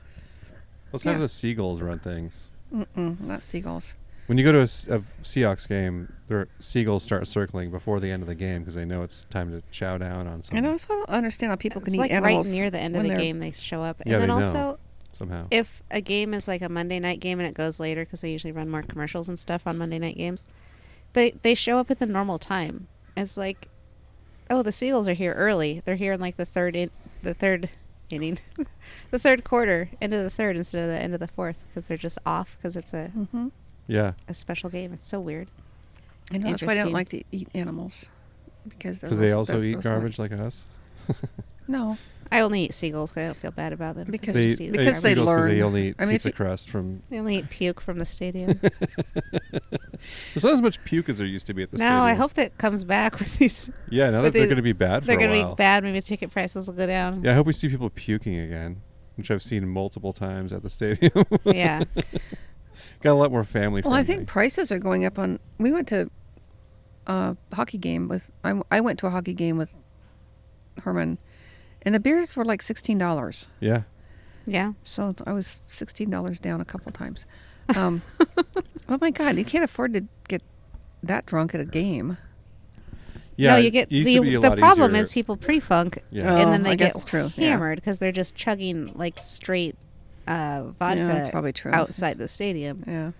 Speaker 1: Let's
Speaker 4: Yeah.
Speaker 1: have the seagulls run things.
Speaker 4: Mm-mm, not seagulls.
Speaker 1: When you go to a, s- a Seahawks game, their seagulls start circling before the end of the game because they know it's time to chow down on
Speaker 4: And I
Speaker 1: some
Speaker 4: also don't understand how people
Speaker 3: it's
Speaker 4: can
Speaker 3: like
Speaker 4: eat animals
Speaker 3: right near the end of
Speaker 4: when
Speaker 3: the
Speaker 4: they're-
Speaker 3: game. They show up,
Speaker 1: Yeah,
Speaker 3: and then
Speaker 1: they know.
Speaker 3: also
Speaker 1: somehow.
Speaker 3: if a game is like a Monday night game and it goes later because they usually run more commercials and stuff on Monday night games, they they show up at the normal time. It's like, oh, the Seals are here early. They're here in like the third in the third inning, the third quarter, end of the third instead of the end of the fourth because they're just off because it's a
Speaker 4: Mhm.
Speaker 1: Yeah,
Speaker 3: a special game. It's so weird.
Speaker 4: I know that's why I
Speaker 3: Interesting.
Speaker 4: don't like to eat animals because they're
Speaker 1: because they
Speaker 4: those-
Speaker 1: also
Speaker 4: they're
Speaker 1: eat
Speaker 4: those
Speaker 1: garbage like us.
Speaker 4: Like, no,
Speaker 3: I only eat seagulls 'cause I don't feel bad about them
Speaker 4: Because
Speaker 3: I
Speaker 1: They,
Speaker 3: just eat them.
Speaker 4: because they
Speaker 1: seagulls 'cause They
Speaker 4: learn.
Speaker 1: only eat
Speaker 4: I mean, if
Speaker 1: pizza
Speaker 4: you-
Speaker 1: crust from.
Speaker 3: I only eat puke from the stadium.
Speaker 1: There's not as much puke as there used to be at the stadium.
Speaker 3: no, I hope that comes back with these.
Speaker 1: Yeah, now
Speaker 3: but
Speaker 1: that they're
Speaker 3: they-
Speaker 1: going to be bad for
Speaker 3: They're
Speaker 1: a
Speaker 3: going to
Speaker 1: while.
Speaker 3: be bad. Maybe ticket prices will go down.
Speaker 1: Yeah, I hope we see people puking again, which I've seen multiple times at the stadium.
Speaker 3: yeah.
Speaker 1: Got a lot more family.
Speaker 4: Well, I
Speaker 1: friendly.
Speaker 4: think prices are going up on. We went to a hockey game with. I, I went to a hockey game with Herman, and the beers were like sixteen dollars.
Speaker 1: Yeah,
Speaker 3: Yeah.
Speaker 4: So I was sixteen dollars down a couple times. Um, oh my God, you can't afford to get that drunk at a game.
Speaker 1: yeah.
Speaker 3: no, you get
Speaker 1: it used
Speaker 3: the,
Speaker 1: to be a
Speaker 3: the
Speaker 1: lot
Speaker 3: problem
Speaker 1: easier.
Speaker 3: is people pre-funk
Speaker 1: Yeah.
Speaker 4: Oh,
Speaker 3: and then they
Speaker 4: I guess
Speaker 3: get
Speaker 4: it's true. Yeah.
Speaker 3: hammered because they're just chugging like straight uh, vodka
Speaker 4: Yeah, that's probably true.
Speaker 3: outside the stadium
Speaker 4: Yeah,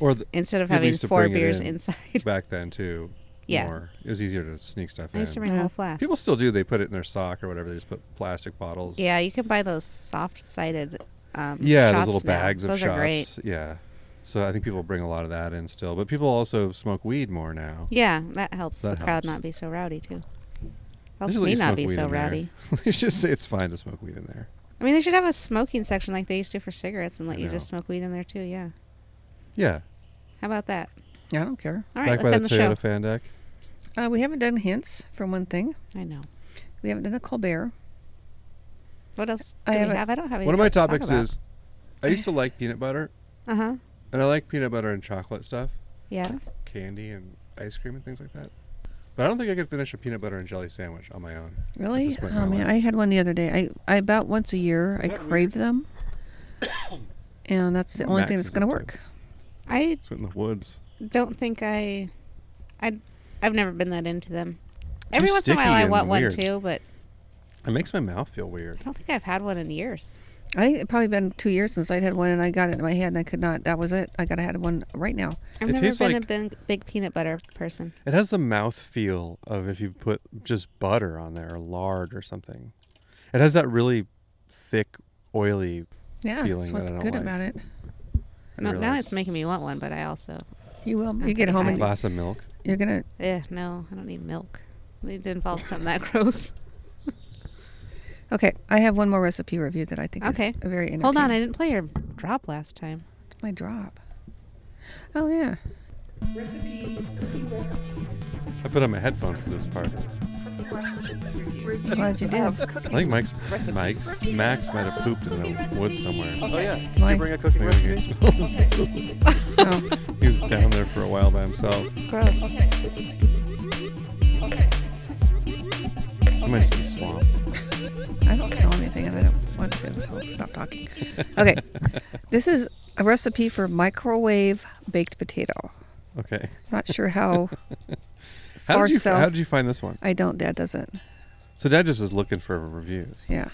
Speaker 1: or the,
Speaker 3: instead of
Speaker 1: People
Speaker 3: having
Speaker 1: used to
Speaker 3: four
Speaker 1: bring it
Speaker 3: beers
Speaker 1: in.
Speaker 3: inside.
Speaker 1: back then too.
Speaker 3: Yeah.
Speaker 1: more. it was easier to sneak stuff
Speaker 3: I used
Speaker 1: in.
Speaker 3: to bring a
Speaker 4: Yeah.
Speaker 3: whole flask.
Speaker 1: People still do. They put it in their sock or whatever. They just put plastic bottles.
Speaker 3: yeah, you can buy those soft-sided. Um,
Speaker 1: Yeah, those
Speaker 3: shots
Speaker 1: little
Speaker 3: now.
Speaker 1: bags of
Speaker 3: those
Speaker 1: shots.
Speaker 3: Are great.
Speaker 1: Yeah. So I think people bring a lot of that in still, but people also smoke weed more now.
Speaker 3: Yeah, that helps
Speaker 1: That
Speaker 3: the crowd
Speaker 1: helps.
Speaker 3: not be so rowdy too. Helps
Speaker 1: Just let
Speaker 3: me
Speaker 1: you
Speaker 3: not
Speaker 1: smoke
Speaker 3: be
Speaker 1: weed
Speaker 3: so
Speaker 1: in there.
Speaker 3: rowdy.
Speaker 1: They just say it's fine to smoke weed in there.
Speaker 3: I mean, they should have a smoking section like they used to for cigarettes and let
Speaker 1: I
Speaker 3: you just
Speaker 1: know.
Speaker 3: smoke weed in there too. Yeah,
Speaker 1: Yeah.
Speaker 3: how about that?
Speaker 4: yeah, I don't care.
Speaker 3: All right,
Speaker 1: Back
Speaker 3: let's
Speaker 1: by
Speaker 3: end
Speaker 1: the
Speaker 3: the
Speaker 1: Toyota
Speaker 3: show.
Speaker 1: Fan Deck.
Speaker 4: Uh, we haven't done hints for one thing.
Speaker 3: I know.
Speaker 4: We haven't done the Colbert.
Speaker 3: What else do
Speaker 4: I
Speaker 3: we
Speaker 4: have a-
Speaker 3: have? I don't have anything.
Speaker 1: One of my
Speaker 3: else to talk
Speaker 1: topics
Speaker 3: about.
Speaker 1: is I used to like peanut butter,
Speaker 3: Uh huh.
Speaker 1: and I like peanut butter and chocolate stuff,
Speaker 3: Yeah.
Speaker 1: candy and ice cream and things like that. But I don't think I could finish a peanut butter and jelly sandwich on my own.
Speaker 4: Really?
Speaker 1: this point in
Speaker 4: Oh
Speaker 1: my
Speaker 4: man,
Speaker 1: life.
Speaker 4: I had one the other day. I, I about once a year I
Speaker 1: that weird?
Speaker 4: crave them, and that's the only
Speaker 1: Max
Speaker 4: thing
Speaker 1: is
Speaker 4: that's going to
Speaker 1: into it.
Speaker 4: work.
Speaker 3: I
Speaker 1: It's in the woods.
Speaker 3: don't think I, I, I've never been that into them.
Speaker 1: Too
Speaker 3: Every once in a while,
Speaker 1: sticky
Speaker 3: I
Speaker 1: and
Speaker 3: want
Speaker 1: weird.
Speaker 3: one too, but
Speaker 1: It makes my mouth feel weird.
Speaker 3: I don't think I've had one in years.
Speaker 4: I think it probably been two years since I'd had one, and I got it in my head, and I could not. That was it. I got to had one right now.
Speaker 3: I've
Speaker 1: It
Speaker 3: never
Speaker 1: tastes
Speaker 3: been a
Speaker 1: like-
Speaker 3: big, big peanut butter person.
Speaker 1: It has the mouth feel of if you put just butter on there or lard or something. It has that really thick, oily.
Speaker 4: Yeah,
Speaker 1: Feeling
Speaker 4: that's
Speaker 1: that
Speaker 4: what's
Speaker 1: I don't
Speaker 4: good
Speaker 1: like.
Speaker 4: about it.
Speaker 1: I
Speaker 3: No, now
Speaker 1: realize.
Speaker 3: it's making me want one, but I also,
Speaker 4: You will.
Speaker 3: I'm
Speaker 4: you get
Speaker 3: pretty
Speaker 4: home
Speaker 1: a
Speaker 3: high.
Speaker 4: and
Speaker 1: glass of milk.
Speaker 4: you're gonna.
Speaker 3: eh, no, I don't need milk. I need to involve something that gross.
Speaker 4: Okay, I have one more recipe review that I think
Speaker 3: Okay.
Speaker 4: is very interesting.
Speaker 3: Hold on, I didn't play your drop last time.
Speaker 4: It's my drop. Oh yeah.
Speaker 1: I put on my headphones for this part.
Speaker 4: Glad you did.
Speaker 1: I think Mike's, Mike's Max might have pooped in the woods somewhere.
Speaker 6: Oh yeah. Did
Speaker 4: Why?
Speaker 6: you bring a cooking
Speaker 1: Maybe he
Speaker 6: recipe?
Speaker 1: smelled-
Speaker 4: Oh,
Speaker 1: he was down there for a while by himself.
Speaker 3: Gross.
Speaker 1: He might just be swamped.
Speaker 4: I don't smell anything and I don't want to, so stop talking. Okay. this is a recipe for microwave baked potato.
Speaker 1: Okay.
Speaker 4: Not sure how
Speaker 1: How
Speaker 4: far
Speaker 1: did, you,
Speaker 4: south.
Speaker 1: how did you find this one?
Speaker 4: I don't. Dad doesn't.
Speaker 1: So Dad just is looking for reviews.
Speaker 4: Yeah,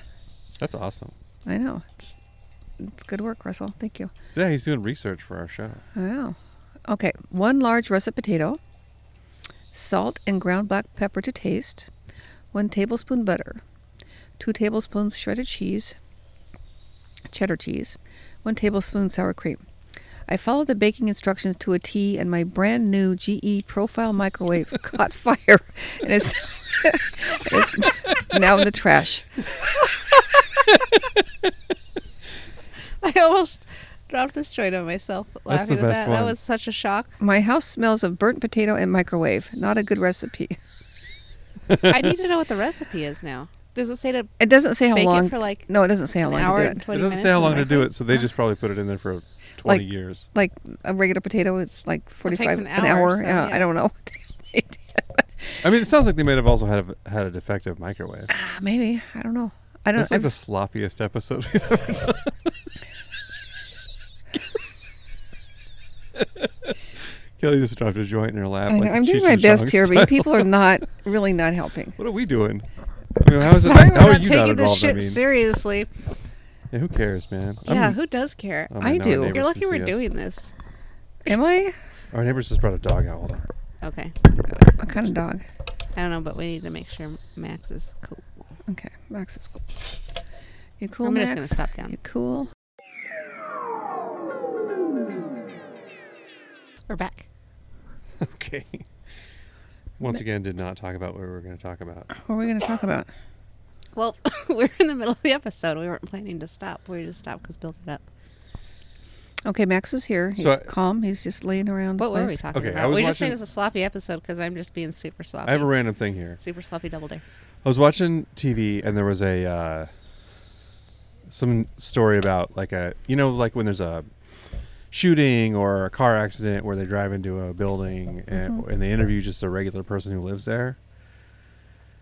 Speaker 1: That's awesome.
Speaker 4: I know. It's it's good work, Russell. Thank you.
Speaker 1: Yeah, he's doing research for our show.
Speaker 4: I know. Oh. Okay, one large russet potato, salt and ground black pepper to taste, one tablespoon butter, two tablespoons shredded cheese, cheddar cheese, one tablespoon sour cream. I followed the baking instructions to a T, and my brand new GE profile microwave caught fire, and it's, it's now in the trash.
Speaker 3: I almost dropped this joint on myself laughing
Speaker 1: the
Speaker 3: at
Speaker 1: best
Speaker 3: that. That
Speaker 1: one.
Speaker 3: was such a shock.
Speaker 4: My house smells of burnt potato and microwave. Not a good recipe.
Speaker 3: I need to know what the recipe is now. Does it say to
Speaker 4: It doesn't say how
Speaker 3: bake
Speaker 4: long.
Speaker 3: it for like
Speaker 4: no, it doesn't say how
Speaker 3: an
Speaker 4: long
Speaker 3: hour
Speaker 4: to do
Speaker 3: and
Speaker 4: it.
Speaker 1: It
Speaker 3: 20
Speaker 1: doesn't
Speaker 3: minutes? Oh
Speaker 1: say how
Speaker 3: in
Speaker 1: long
Speaker 3: the
Speaker 1: to do
Speaker 3: microwave?
Speaker 1: it, so they just probably put it in there for 20
Speaker 4: Like-
Speaker 1: years.
Speaker 4: like a regular potato it's like 45
Speaker 3: an hour, so
Speaker 4: yeah,
Speaker 3: yeah.
Speaker 4: i don't know They did.
Speaker 1: I mean, it sounds like they might have also had a, had a defective microwave.
Speaker 4: Ah, maybe i don't know i don't
Speaker 1: That's like
Speaker 4: I've-
Speaker 1: the sloppiest episode we've ever done. Kelly just dropped a joint in her lap.
Speaker 4: I
Speaker 1: like
Speaker 4: am doing
Speaker 1: Cheech
Speaker 4: my
Speaker 1: and
Speaker 4: best
Speaker 1: Chong
Speaker 4: here
Speaker 1: style.
Speaker 4: but people are not really not helping
Speaker 1: What are we doing? I mean, how is it?
Speaker 3: Sorry, we're
Speaker 1: How are
Speaker 3: not
Speaker 1: you not
Speaker 3: taking this
Speaker 1: involved? I
Speaker 3: shit
Speaker 1: mean,
Speaker 3: seriously.
Speaker 1: yeah, who cares, man? I'm-
Speaker 3: Yeah, who does care?
Speaker 1: oh, man,
Speaker 4: I
Speaker 1: now our
Speaker 4: do. You're
Speaker 1: neighbors
Speaker 3: You're
Speaker 1: can
Speaker 3: lucky we're
Speaker 1: see us.
Speaker 3: doing this.
Speaker 4: am i
Speaker 1: Our neighbors just brought a dog out. Hold on.
Speaker 3: Okay.
Speaker 4: what kind of dog
Speaker 3: I don't know, but we need to make sure Max is cool.
Speaker 4: okay max is cool you cool
Speaker 3: I'm
Speaker 4: max
Speaker 3: just gonna stop down.
Speaker 4: you cool
Speaker 3: We're back.
Speaker 1: Okay. Once again, did not talk about what we were going to talk about.
Speaker 4: what are we going to talk about
Speaker 3: Well, we're in the middle of the episode. We weren't planning to stop. We just stopped because Bill got up.
Speaker 4: okay max is here he's
Speaker 1: So I-
Speaker 4: calm he's just laying around the
Speaker 3: What were we
Speaker 4: place.
Speaker 3: talking
Speaker 1: Okay, I
Speaker 3: about?
Speaker 1: was
Speaker 3: We just saying it's
Speaker 1: watching-
Speaker 3: a sloppy episode because I'm just being super sloppy.
Speaker 1: I have a random thing here.
Speaker 3: super sloppy double day.
Speaker 1: I was watching TV and there was a uh, some story about like a you know like when there's a shooting or a car accident where they drive into a building and, and they interview just a regular person who lives there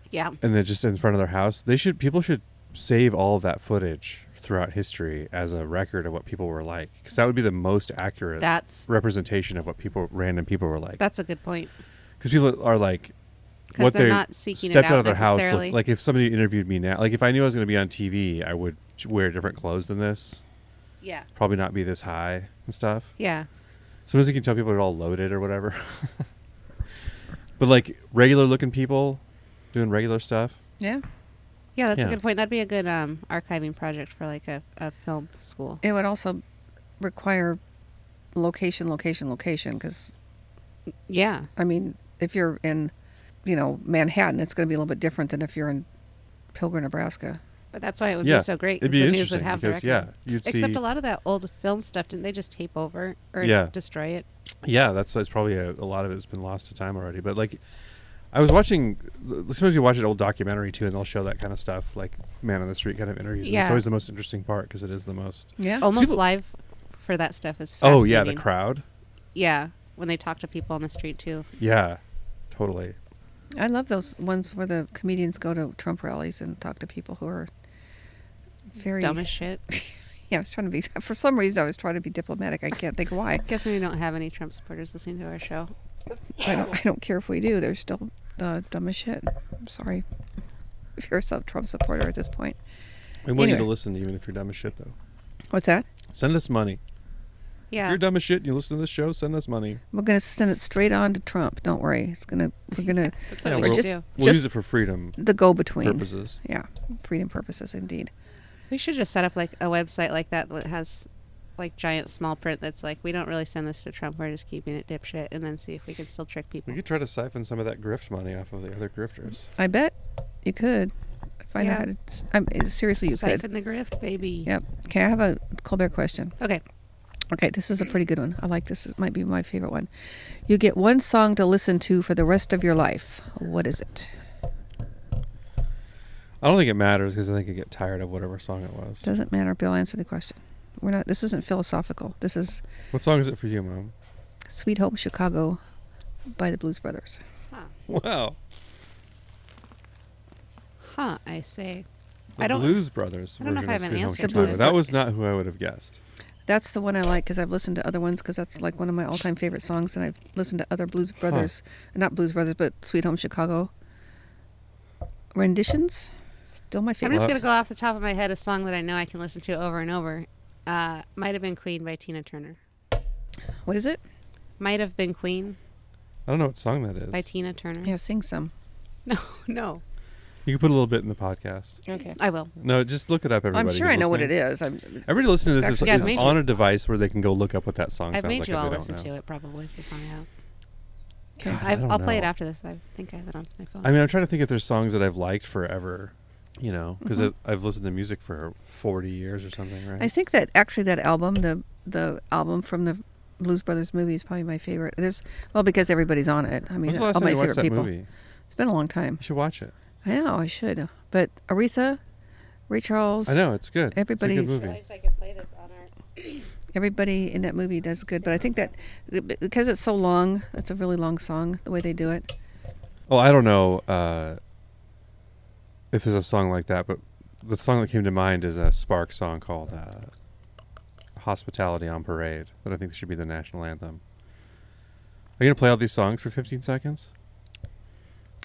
Speaker 3: Yeah.
Speaker 1: and they're just in front of their house. They should people should save all of that footage throughout history as a record of what people were like because that would be the most accurate
Speaker 3: That's
Speaker 1: representation of what people random people were like
Speaker 3: that's a good point.
Speaker 1: because people are like
Speaker 3: Because
Speaker 1: what
Speaker 3: they're
Speaker 1: they
Speaker 3: not seeking
Speaker 1: stepped
Speaker 3: it out,
Speaker 1: of their house
Speaker 3: necessarily.
Speaker 1: look- like if somebody interviewed me now like if i knew i was going to be on tv i would ch- wear different clothes than this
Speaker 3: yeah.
Speaker 1: probably not be this high and stuff
Speaker 3: Yeah.
Speaker 1: sometimes you can tell people are all loaded or whatever but like regular looking people doing regular stuff
Speaker 4: yeah
Speaker 3: Yeah, that's a
Speaker 1: Yeah.
Speaker 3: good point. That'd be a good um, archiving project for like a, a film school.
Speaker 4: it would also require location location location because
Speaker 3: Yeah.
Speaker 4: I mean, if you're in, you know, Manhattan, it's going to be a little bit different than if you're in Pilgrim, Nebraska.
Speaker 3: But that's why it would
Speaker 1: yeah
Speaker 3: be so great
Speaker 1: it'd
Speaker 3: because
Speaker 1: be
Speaker 3: the news
Speaker 1: interesting
Speaker 3: would have
Speaker 1: because
Speaker 3: the
Speaker 1: yeah
Speaker 3: record.
Speaker 1: you'd
Speaker 3: Except
Speaker 1: see
Speaker 3: a lot of that old film stuff, didn't they just tape over or
Speaker 1: Yeah.
Speaker 3: destroy it?
Speaker 1: yeah that's, that's probably a, a lot of it's been lost to time already but like i was watching sometimes you watch an old documentary too and they'll show that kind of stuff like man on the street kind of interviews and
Speaker 3: Yeah.
Speaker 1: it's always the most interesting part because it is the most
Speaker 4: Yeah.
Speaker 3: Almost
Speaker 1: People-
Speaker 3: live for that stuff is
Speaker 1: Oh yeah, the
Speaker 3: fascinating.
Speaker 1: crowd.
Speaker 3: Yeah, when they talk to people on the street too.
Speaker 1: Yeah, totally.
Speaker 4: I love those ones where the comedians go to Trump rallies and talk to people who are very
Speaker 3: Dumb as shit.
Speaker 4: Yeah, I was trying to be. For some reason, I was trying to be diplomatic. I can't think why.
Speaker 3: Guessing we don't have any Trump supporters listening to our show.
Speaker 4: I don't. I don't care if we do. They're still uh, dumb as shit. I'm sorry. If you're a sub- Trump supporter at this point,
Speaker 1: We want you
Speaker 4: Anyway.
Speaker 1: to listen, even if you're dumb as shit. Though,
Speaker 4: what's that?
Speaker 1: send us money. If
Speaker 3: Yeah.
Speaker 1: you're dumb as shit and you listen to this show, send us money.
Speaker 4: We're gonna send it straight on to Trump. Don't worry. It's gonna. We're gonna
Speaker 3: That's
Speaker 1: Yeah,
Speaker 3: what we
Speaker 1: we'll-
Speaker 3: should
Speaker 4: just-
Speaker 3: do.
Speaker 1: We'll
Speaker 4: Just-
Speaker 1: use it for freedom
Speaker 4: the go-between.
Speaker 1: purposes.
Speaker 4: Yeah, freedom purposes indeed.
Speaker 3: We should just set up like a website like that that has like giant small print that's like we don't really send this to Trump, we're just keeping it dipshit and then see if we can still trick people.
Speaker 1: We could try to siphon some of that grift money off of the other grifters.
Speaker 4: I bet you could. Find
Speaker 3: Yeah.
Speaker 4: out how to. s- I'm, eh, seriously, you
Speaker 3: Siphon
Speaker 4: could.
Speaker 3: the grift, baby.
Speaker 4: Yep. Okay, I have a Colbert question.
Speaker 3: Okay.
Speaker 4: Okay, this is a pretty good one. I like this. It might be my favorite one. You get one song to listen to for the rest of your life. What is it?
Speaker 1: I don't think it matters because I think I get tired of whatever song it was.
Speaker 4: Doesn't matter. Bill, answer the question. We're not. This isn't philosophical. This is
Speaker 1: What song is it for you, Mom?
Speaker 4: "Sweet Home Chicago" by the Blues Brothers.
Speaker 1: Wow.
Speaker 3: Huh, I say.
Speaker 1: The
Speaker 3: I don't-
Speaker 1: Blues Brothers.
Speaker 3: I don't know if
Speaker 1: version
Speaker 3: I
Speaker 1: of
Speaker 3: have an
Speaker 1: Sweet Home
Speaker 3: answer to
Speaker 1: Chicago.
Speaker 4: that.
Speaker 1: That was not who I would have guessed.
Speaker 4: That's the one I like because I've listened to other ones because that's like one of my all-time favorite songs, and I've listened to other Blues Brothers, not Blues Brothers, but Sweet Home Chicago renditions. Still my
Speaker 3: I'm
Speaker 4: favorite.
Speaker 3: just
Speaker 1: Well-
Speaker 3: going to go off the top of my head a song that I know I can listen to over and over. Uh, might have been Queen by Tina Turner.
Speaker 4: What is it?
Speaker 3: Might have been Queen
Speaker 1: I don't know what song that is.
Speaker 3: by Tina Turner.
Speaker 4: Yeah, sing some.
Speaker 3: No, no.
Speaker 1: you can put a little bit in the podcast.
Speaker 4: Okay.
Speaker 3: I will.
Speaker 1: No, just look it up, everybody.
Speaker 4: I'm sure
Speaker 1: who's
Speaker 4: I know what it
Speaker 1: listening.
Speaker 4: is. I'm,
Speaker 1: Everybody listening to this is,
Speaker 4: Actually,
Speaker 3: I've
Speaker 1: is
Speaker 3: made you-
Speaker 1: on a device where they can go look up what that song
Speaker 3: I've
Speaker 1: sounds
Speaker 3: made
Speaker 1: like.
Speaker 3: you
Speaker 1: if
Speaker 3: all
Speaker 1: they don't
Speaker 3: listen
Speaker 1: know.
Speaker 3: to it probably if you find out.
Speaker 4: okay.
Speaker 1: God, I
Speaker 3: I've,
Speaker 1: don't
Speaker 3: I'll play it
Speaker 1: know.
Speaker 3: after this. I think I have it on my phone.
Speaker 1: I mean, I'm trying to think if there's songs that I've liked forever, you know,
Speaker 3: Mm-hmm.
Speaker 1: because I've listened to music for 40 years or something, right?
Speaker 4: I think that actually that album, the the album from the Blues Brothers movie, is probably my favorite. There's well because everybody's on it. I mean,
Speaker 1: When's the last
Speaker 3: Oh,
Speaker 4: all
Speaker 1: time
Speaker 4: my
Speaker 1: you watched
Speaker 4: favorite
Speaker 1: that
Speaker 4: people.
Speaker 1: movie?
Speaker 4: It's been a long time.
Speaker 1: You should watch it.
Speaker 4: I know I should, but Aretha, Ray Charles,
Speaker 1: I know it's good.
Speaker 4: Everybody's-
Speaker 1: it's a good movie.
Speaker 3: I can play this on our.
Speaker 4: everybody in that movie does good. But I think that because it's so long, that's a really long song. The way they do it.
Speaker 1: Oh, I don't know uh, if there's a song like that, but the song that came to mind is a Spark song called uh, "Hospitality on Parade" that I think should be the national anthem. Are you gonna play all these songs for 15 seconds?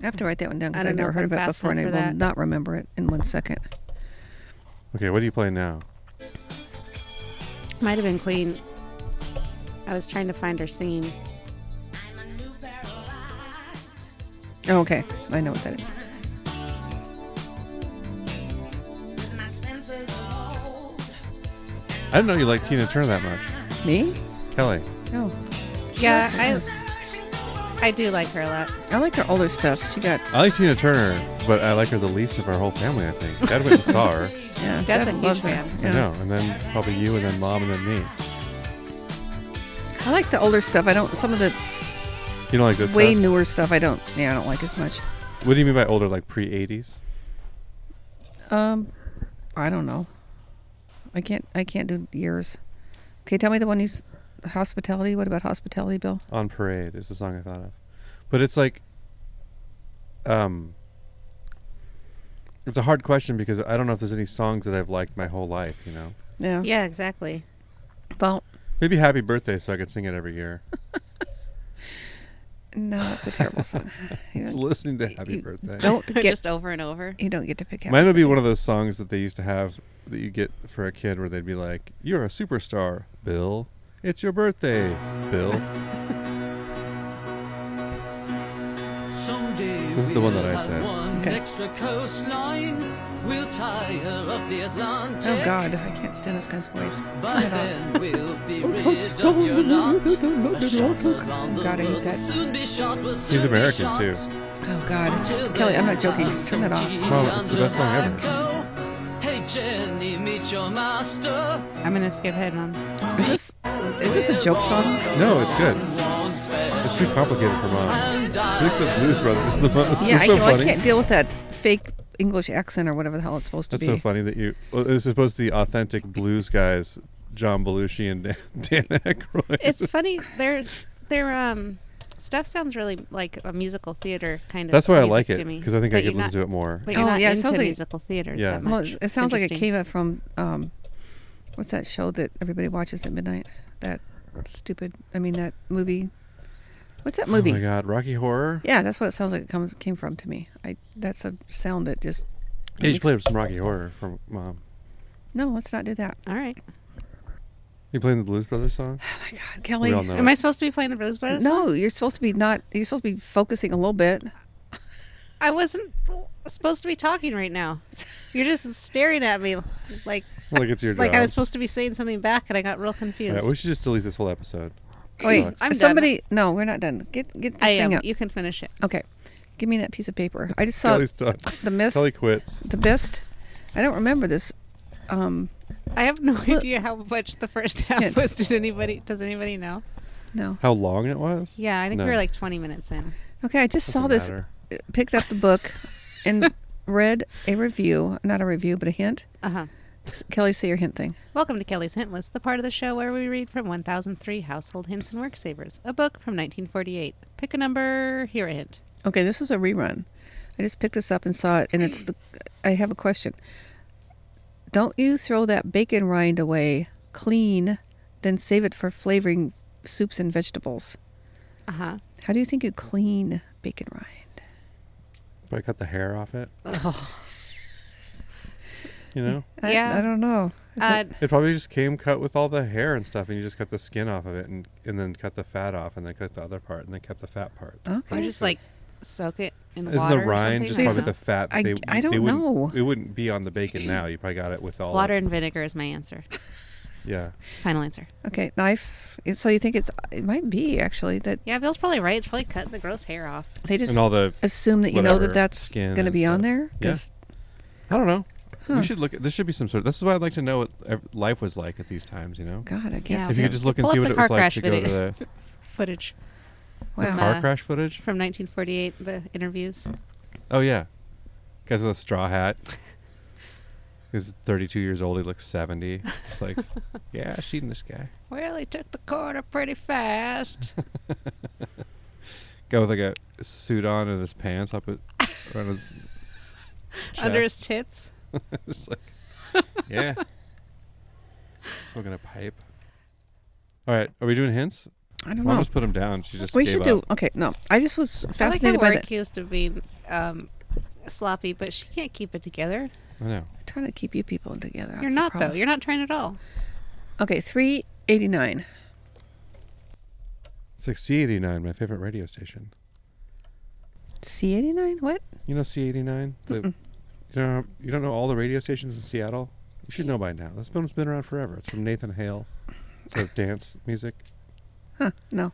Speaker 4: I have to write that one
Speaker 3: I
Speaker 4: down because
Speaker 3: don't
Speaker 4: I've
Speaker 3: know
Speaker 4: never
Speaker 3: if
Speaker 4: heard
Speaker 3: I'm
Speaker 4: of it
Speaker 3: fast
Speaker 4: before, and I
Speaker 3: enough
Speaker 4: will
Speaker 3: for that.
Speaker 4: not remember it in one second.
Speaker 1: Okay, what do you play now?
Speaker 3: Might have been Queen. I was trying to find her singing.
Speaker 4: Oh, okay, I know what that is.
Speaker 1: I didn't know you liked Tina Turner that much,
Speaker 4: Me?
Speaker 1: Kelly.
Speaker 4: No,
Speaker 3: Yeah, I I do like her a lot.
Speaker 4: I like her older stuff. She got
Speaker 1: I like Tina Turner, but I like her the least of our whole family. I think Dad went and saw her.
Speaker 4: yeah.
Speaker 3: Dad's
Speaker 4: Dad
Speaker 3: a huge
Speaker 4: loves her.
Speaker 3: fan.
Speaker 1: I know, and then probably you, and then Mom, and then me.
Speaker 4: I like the older stuff. I don't. Some of the
Speaker 1: You know, like this.
Speaker 4: way
Speaker 1: stuff?
Speaker 4: newer stuff. I don't. Yeah, I don't like as much.
Speaker 1: What do you mean by older? Like pre 80s?
Speaker 4: Um, I don't know. I can't. I can't do years. Okay, tell me the one you. s- Hospitality. What about hospitality, Bill?
Speaker 1: on parade is the song I thought of, but it's like, um, it's a hard question because I don't know if there's any songs that I've liked my whole life. You know,
Speaker 4: Yeah.
Speaker 3: Yeah, exactly.
Speaker 4: Well,
Speaker 1: maybe Happy Birthday so I could sing it every year.
Speaker 4: no, that's a terrible song. You
Speaker 1: Just
Speaker 4: don't,
Speaker 1: listening to Happy
Speaker 4: you
Speaker 1: Birthday.
Speaker 4: don't get.
Speaker 3: Just over and over.
Speaker 4: You don't get to pick out.
Speaker 1: Mine would be one of those songs that they used to have that you get for a kid where they'd be like, "You're a superstar, Bill. It's your birthday, Bill."
Speaker 6: Someday
Speaker 1: This is the one that I
Speaker 6: we'll have
Speaker 1: said.
Speaker 6: One
Speaker 4: Okay.
Speaker 6: extra coastline. We'll tie her up the Atlantic.
Speaker 4: Oh God, I can't stand this guy's voice.
Speaker 6: By then we'll be
Speaker 4: Oh,
Speaker 6: rid
Speaker 4: don't stop.
Speaker 6: of your lot.
Speaker 4: Oh,
Speaker 6: A shot
Speaker 4: God,
Speaker 6: around the
Speaker 4: I hate
Speaker 6: world will
Speaker 4: that.
Speaker 6: Soon be shot, will soon
Speaker 1: He's
Speaker 6: be
Speaker 1: American
Speaker 6: shot.
Speaker 1: too.
Speaker 4: Oh God, Kelly, I'm not joking. Turn that off.
Speaker 1: Mom, it's the best song ever.
Speaker 6: ever. Hey Jenny, meet your master.
Speaker 3: I'm gonna skip ahead, mom.
Speaker 4: Is this is this a joke song?
Speaker 1: No, it's good. It's too complicated for mom. She likes the Blues Brothers the most.
Speaker 4: Yeah, I,
Speaker 1: It's so
Speaker 4: well, I
Speaker 1: funny.
Speaker 4: can't deal with that fake English accent or whatever the hell it's supposed to
Speaker 1: That's
Speaker 4: be.
Speaker 1: so funny that you. Well, it's supposed to be authentic blues guys, John Belushi and Dan, Dan Aykroyd.
Speaker 3: It's funny. Their their um stuff sounds really like a musical theater kind of.
Speaker 1: That's why I
Speaker 3: music
Speaker 1: like
Speaker 3: to
Speaker 1: it
Speaker 3: me.
Speaker 1: because I think
Speaker 3: But
Speaker 1: I could
Speaker 3: you're not-
Speaker 1: listen to it more.
Speaker 3: But you're
Speaker 4: Oh,
Speaker 3: not
Speaker 4: yeah, it
Speaker 3: into
Speaker 4: sounds like-
Speaker 3: musical theater.
Speaker 1: Yeah.
Speaker 3: that
Speaker 4: Well,
Speaker 3: much.
Speaker 4: it
Speaker 3: It's
Speaker 4: sounds like it
Speaker 3: interesting.
Speaker 4: came out from um, what's that show that everybody watches at midnight? That stupid. I mean, that movie. What's that movie?
Speaker 1: Oh my God, Rocky Horror.
Speaker 4: Yeah, that's what it sounds like. It comes came from to me. I that's a sound that just.
Speaker 1: Yeah, you should play some Rocky Horror from um, mom.
Speaker 4: No, let's not do that.
Speaker 3: All right.
Speaker 1: You playing the Blues Brothers song?
Speaker 4: Oh my God, Kelly.
Speaker 1: all know.
Speaker 3: Am I supposed to be playing the Blues Brothers? song?
Speaker 4: No, you're supposed to be not. You're supposed to be focusing a little bit.
Speaker 3: I wasn't supposed to be talking right now. You're just staring at me like
Speaker 1: Like it's your
Speaker 3: like
Speaker 1: job.
Speaker 3: I was supposed to be saying something back, and I got real confused.
Speaker 1: Yeah, we should just delete this whole episode.
Speaker 4: Wait,
Speaker 1: Sucks.
Speaker 3: I'm done.
Speaker 4: somebody. No, we're not done. Get get the
Speaker 3: I
Speaker 4: thing
Speaker 3: am.
Speaker 4: up.
Speaker 3: You can finish it.
Speaker 4: Okay. Give me that piece of paper. I just saw
Speaker 1: Kelly's done.
Speaker 4: the mist.
Speaker 1: uh, Kelly quits.
Speaker 4: The best. I don't remember this. Um,
Speaker 3: I have no idea how much the first half
Speaker 4: Hint.
Speaker 3: was. Did anybody? Does anybody know?
Speaker 4: no.
Speaker 1: How long it was?
Speaker 3: Yeah, I think
Speaker 1: No.
Speaker 3: we were like 20 minutes in.
Speaker 4: Okay, I just
Speaker 1: Doesn't
Speaker 4: saw this. uh,
Speaker 1: matter.
Speaker 4: Picked up the book and read a review. Not a review, but a hint.
Speaker 3: Uh huh.
Speaker 4: Kelly, say your hint thing.
Speaker 3: Welcome to Kelly's Hint List, the part of the show where we read from 1003 Household Hints and Work Savers, a book from 1948. Pick a number, hear a hint.
Speaker 4: Okay, this is a rerun. I just picked this up and saw it, and it's the. I have a question. Don't you throw that bacon rind away clean, then save it for flavoring soups and vegetables?
Speaker 3: Uh
Speaker 1: Uh-huh.
Speaker 3: huh.
Speaker 4: How do you think you clean bacon rind?
Speaker 1: But I cut the hair off it. You know,
Speaker 4: I-
Speaker 3: Yeah.
Speaker 4: I, don't know.
Speaker 3: Uh,
Speaker 1: it probably just came cut with all the hair and stuff, and you just cut the skin off of it, and and then cut the fat off, and then cut the other part, and then kept the fat part.
Speaker 3: Uh, or
Speaker 4: Okay.
Speaker 3: just like soak it in
Speaker 1: Isn't
Speaker 3: water
Speaker 1: the rind
Speaker 3: or
Speaker 1: just
Speaker 3: something.
Speaker 4: like
Speaker 1: probably
Speaker 4: that?
Speaker 1: the fat?
Speaker 4: I-
Speaker 1: they,
Speaker 4: I
Speaker 1: they
Speaker 4: don't
Speaker 1: wouldn't-
Speaker 4: know.
Speaker 1: It wouldn't be on the bacon now. You probably got it with all of-
Speaker 3: water and vinegar is my answer.
Speaker 1: Yeah,
Speaker 3: Final answer.
Speaker 4: Okay, knife. It- So you think it's? It might be actually that
Speaker 3: Yeah, Bill's probably right. It's probably cutting the gross hair off.
Speaker 4: they just
Speaker 1: and all the
Speaker 4: assume that you know
Speaker 1: whatever,
Speaker 4: that that's
Speaker 1: skin
Speaker 4: going to
Speaker 1: and
Speaker 4: be on
Speaker 1: stuff.
Speaker 4: there.
Speaker 1: Yeah.
Speaker 4: 'Cause-
Speaker 1: I don't know.
Speaker 4: Huh.
Speaker 1: We should look. At, this should be some sort. Of, this is why I'd like to know what ev- life was like at these times. You know,
Speaker 4: God, I guess
Speaker 3: Yeah.
Speaker 1: if you could just look and
Speaker 3: Pull
Speaker 1: see
Speaker 3: up
Speaker 1: what
Speaker 3: the
Speaker 1: it was
Speaker 3: car
Speaker 1: like
Speaker 3: crash
Speaker 1: to go to
Speaker 3: video.
Speaker 1: the
Speaker 3: Footage
Speaker 4: wow.
Speaker 1: car
Speaker 3: Uh,
Speaker 1: crash footage.
Speaker 3: from 1948, the interviews.
Speaker 1: Oh yeah, guys with a straw hat. He's 32 years old. He looks 70. It's like, yeah, I seen this guy.
Speaker 3: Well, he took the corner pretty fast.
Speaker 1: Guy with like a suit on and his pants up at, around his
Speaker 3: Under his
Speaker 1: chest.
Speaker 3: tits.
Speaker 1: it's like, yeah, smoking a pipe. All right, are we doing hints?
Speaker 4: I don't
Speaker 1: Mom
Speaker 4: know.
Speaker 1: just put him down. She just
Speaker 4: We
Speaker 1: gave
Speaker 4: should
Speaker 1: up.
Speaker 4: do. Okay, no, I just was fascinated
Speaker 3: I like how
Speaker 4: by
Speaker 3: we're
Speaker 4: that.
Speaker 3: accused of being um, sloppy, but she can't keep it together.
Speaker 1: I know.
Speaker 4: I'm trying to keep you people together.
Speaker 3: You're
Speaker 4: That's the
Speaker 3: not though.
Speaker 4: problem.
Speaker 3: You're not trying at all.
Speaker 4: Okay, three eighty nine.
Speaker 1: It's like C89, my favorite radio station.
Speaker 4: C eighty nine. What?
Speaker 1: You know C89? The, you, don't know, you don't know all the radio stations in Seattle? You should know by now. This film's been around forever. It's from Nathan Hale. It's sort of dance music.
Speaker 4: Huh? No,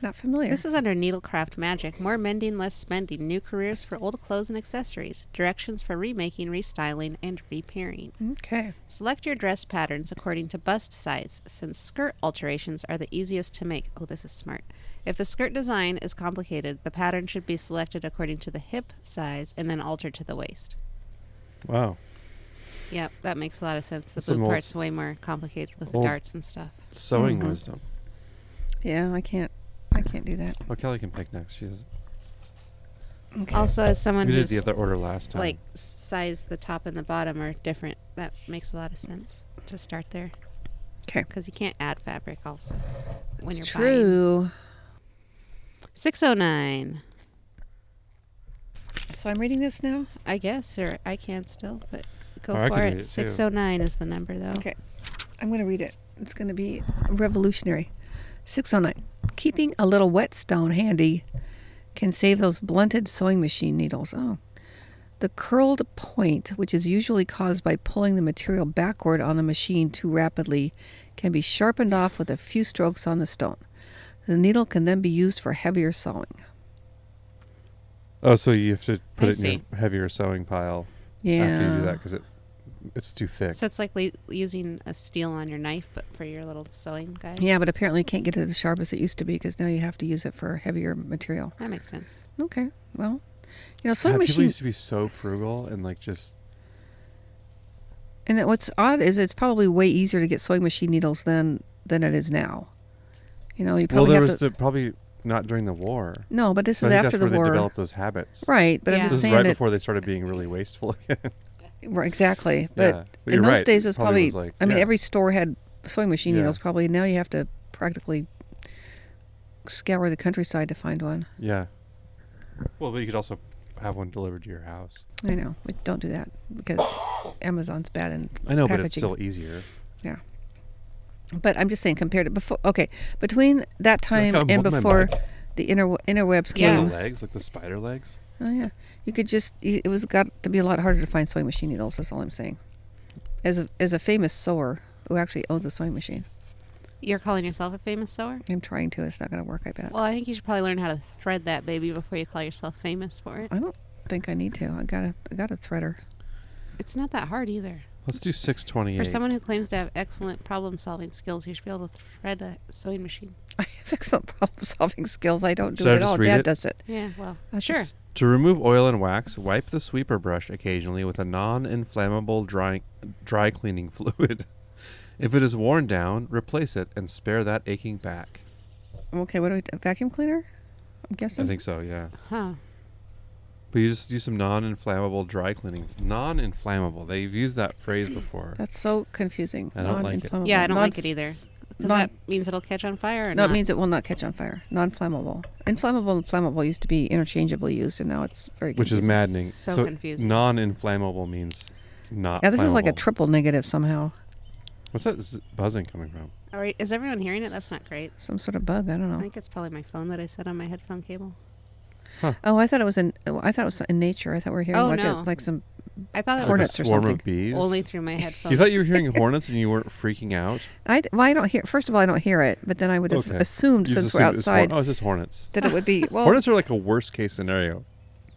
Speaker 4: not familiar.
Speaker 3: This is under Needlecraft Magic. More mending, less spending. New careers for old clothes and accessories. Directions for remaking, restyling, and repairing.
Speaker 4: okay.
Speaker 3: Select your dress patterns according to bust size, since skirt alterations are the easiest to make. Oh, this is smart. If the skirt design is complicated, the pattern should be selected according to the hip size and then altered to the waist.
Speaker 1: Wow.
Speaker 3: Yep, that makes a lot of sense. The
Speaker 1: Some
Speaker 3: boot
Speaker 1: old-
Speaker 3: part's way more complicated with the
Speaker 1: old-
Speaker 3: darts and stuff.
Speaker 1: Sewing
Speaker 4: Mhm.
Speaker 1: wisdom.
Speaker 4: Yeah, I can't. I can't do that.
Speaker 1: Well, Kelly can pick next. She's
Speaker 4: Okay.
Speaker 3: Also, as someone
Speaker 1: we did
Speaker 3: who's
Speaker 1: the other order last time.
Speaker 3: like size the top and the bottom are different, that makes a lot of sense to start there.
Speaker 4: 'Kay.
Speaker 3: Because you can't add fabric also when
Speaker 4: It's
Speaker 3: you're buying.
Speaker 4: true.
Speaker 3: Six oh nine.
Speaker 4: So I'm reading this now.
Speaker 3: I guess, or I can still, but go
Speaker 1: Or Oh, I
Speaker 3: for
Speaker 1: can read it,
Speaker 3: it.
Speaker 1: too.
Speaker 3: 609 is the number, though.
Speaker 4: Okay. I'm going to read it. It's going to be revolutionary. 609. Keeping a little whetstone handy can save those blunted sewing machine needles. Oh. The curled point, which is usually caused by pulling the material backward on the machine too rapidly, can be sharpened off with a few strokes on the stone. The needle can then be used for heavier sewing.
Speaker 1: oh, so you have to put
Speaker 3: I
Speaker 1: it in your heavier sewing pile
Speaker 4: Yeah.
Speaker 1: after you do that because it, it's too thick.
Speaker 3: So it's like le- using a steel on your knife, but for your little sewing guys.
Speaker 4: yeah, but apparently you can't get it as sharp as it used to be because now you have to use it for heavier material.
Speaker 3: That makes sense.
Speaker 4: Okay. Well, you know, sewing
Speaker 1: God, people
Speaker 4: machines.
Speaker 1: used to be so frugal and like just
Speaker 4: And that what's odd is it's probably way easier to get sewing machine needles than than it is now. You know, you
Speaker 1: well,
Speaker 4: probably
Speaker 1: there
Speaker 4: have
Speaker 1: was
Speaker 4: to.
Speaker 1: the, probably not during the war.
Speaker 4: no, but this
Speaker 1: So
Speaker 4: is
Speaker 1: I think
Speaker 4: after
Speaker 1: that's where
Speaker 4: the
Speaker 1: they
Speaker 4: war,
Speaker 1: developed those habits.
Speaker 4: right? But
Speaker 3: Yeah.
Speaker 4: I'm
Speaker 1: This
Speaker 4: just
Speaker 1: is
Speaker 4: saying
Speaker 1: right
Speaker 4: that
Speaker 1: before they started being really wasteful again.
Speaker 4: right, exactly. But
Speaker 1: Yeah,
Speaker 4: in
Speaker 1: you're
Speaker 4: those
Speaker 1: right.
Speaker 4: days, it was probably.
Speaker 1: was like-
Speaker 4: I mean,
Speaker 1: yeah.
Speaker 4: every store had sewing machine
Speaker 1: Yeah.
Speaker 4: needles. Probably now you have to practically scour the countryside to find one.
Speaker 1: yeah. Well, but you could also have one delivered to your house.
Speaker 4: I know, but don't do that because Amazon's bad and
Speaker 1: I know, but it's
Speaker 4: packaging.
Speaker 1: still easier.
Speaker 4: But I'm just saying, compared to before. Okay, between that time
Speaker 1: I'm
Speaker 4: and
Speaker 1: holding my
Speaker 4: before
Speaker 1: mic.
Speaker 4: the inter interwebs
Speaker 1: Yeah.
Speaker 4: came,
Speaker 1: The legs, like the spider legs.
Speaker 4: Oh yeah, you could just. You, it was got to be a lot harder to find sewing machine needles. That's all I'm saying. As a as a famous sewer who actually owns a sewing machine,
Speaker 3: you're calling yourself a famous sewer?
Speaker 4: I'm trying to. It's not going to work, I bet.
Speaker 3: Well, I think you should probably learn how to thread that baby before you call yourself famous for it.
Speaker 4: I don't think I need to. I got a, I got a threader.
Speaker 3: It's not that hard either.
Speaker 1: Let's do six
Speaker 3: For
Speaker 1: twenty-eight.
Speaker 3: someone who claims to have excellent problem solving skills, you should be able to thread a sewing machine.
Speaker 4: I have excellent problem solving skills. I don't do
Speaker 1: Should I
Speaker 4: it at
Speaker 1: just
Speaker 4: all.
Speaker 1: read
Speaker 4: Dad
Speaker 1: it?
Speaker 4: does it.
Speaker 3: Yeah, well,
Speaker 4: I'll
Speaker 3: Uh, sure.
Speaker 4: just-
Speaker 1: To remove oil and wax, wipe the sweeper brush occasionally with a non-inflammable dry dry cleaning fluid. if it is worn down, replace it and spare that aching back.
Speaker 4: Okay, what do we a vacuum cleaner? I'm guessing.
Speaker 1: I think so, yeah.
Speaker 3: Huh.
Speaker 1: But you just do some non-inflammable dry cleaning. Non-inflammable. They've used that phrase before.
Speaker 4: That's so confusing.
Speaker 1: I don't like it.
Speaker 4: Non-inflammable.
Speaker 3: Yeah, I don't
Speaker 4: Non-
Speaker 3: like it either. Because
Speaker 4: non-
Speaker 3: that means it'll catch on fire or
Speaker 4: No,
Speaker 3: not.
Speaker 4: it means it will not catch on fire. Non-flammable. Inflammable and flammable used to be interchangeably used, and now it's very.
Speaker 1: which is
Speaker 4: confusing.
Speaker 1: maddening.
Speaker 3: so confusing.
Speaker 1: Non-inflammable means not.
Speaker 4: Yeah, this is like a
Speaker 1: flammable.
Speaker 4: triple negative somehow.
Speaker 1: What's that z- buzzing coming
Speaker 4: Uh,
Speaker 1: from?
Speaker 3: All right, is everyone hearing it? That's not great.
Speaker 4: Some sort of bug. I don't
Speaker 3: I
Speaker 4: know.
Speaker 3: think it's probably my phone that I set on my headphone cable.
Speaker 4: Oh, I thought it was in. oh, I thought it was in nature. I thought we were hearing
Speaker 3: Oh,
Speaker 4: like
Speaker 3: no.
Speaker 4: a, like some.
Speaker 3: I thought it
Speaker 1: Like a
Speaker 4: Hornets or
Speaker 1: swarm
Speaker 4: something.
Speaker 1: of bees.
Speaker 3: was only through my headphones.
Speaker 1: you thought you were hearing hornets and you weren't freaking out.
Speaker 4: I d- well, I don't hear. First of all, I don't hear it. But then I would have
Speaker 1: Okay.
Speaker 4: assumed
Speaker 1: You just
Speaker 4: since we're
Speaker 1: assumed it's horn-
Speaker 4: outside
Speaker 1: oh, it's just hornets.
Speaker 4: that it would be. Well,
Speaker 1: Hornets are like a worst case scenario.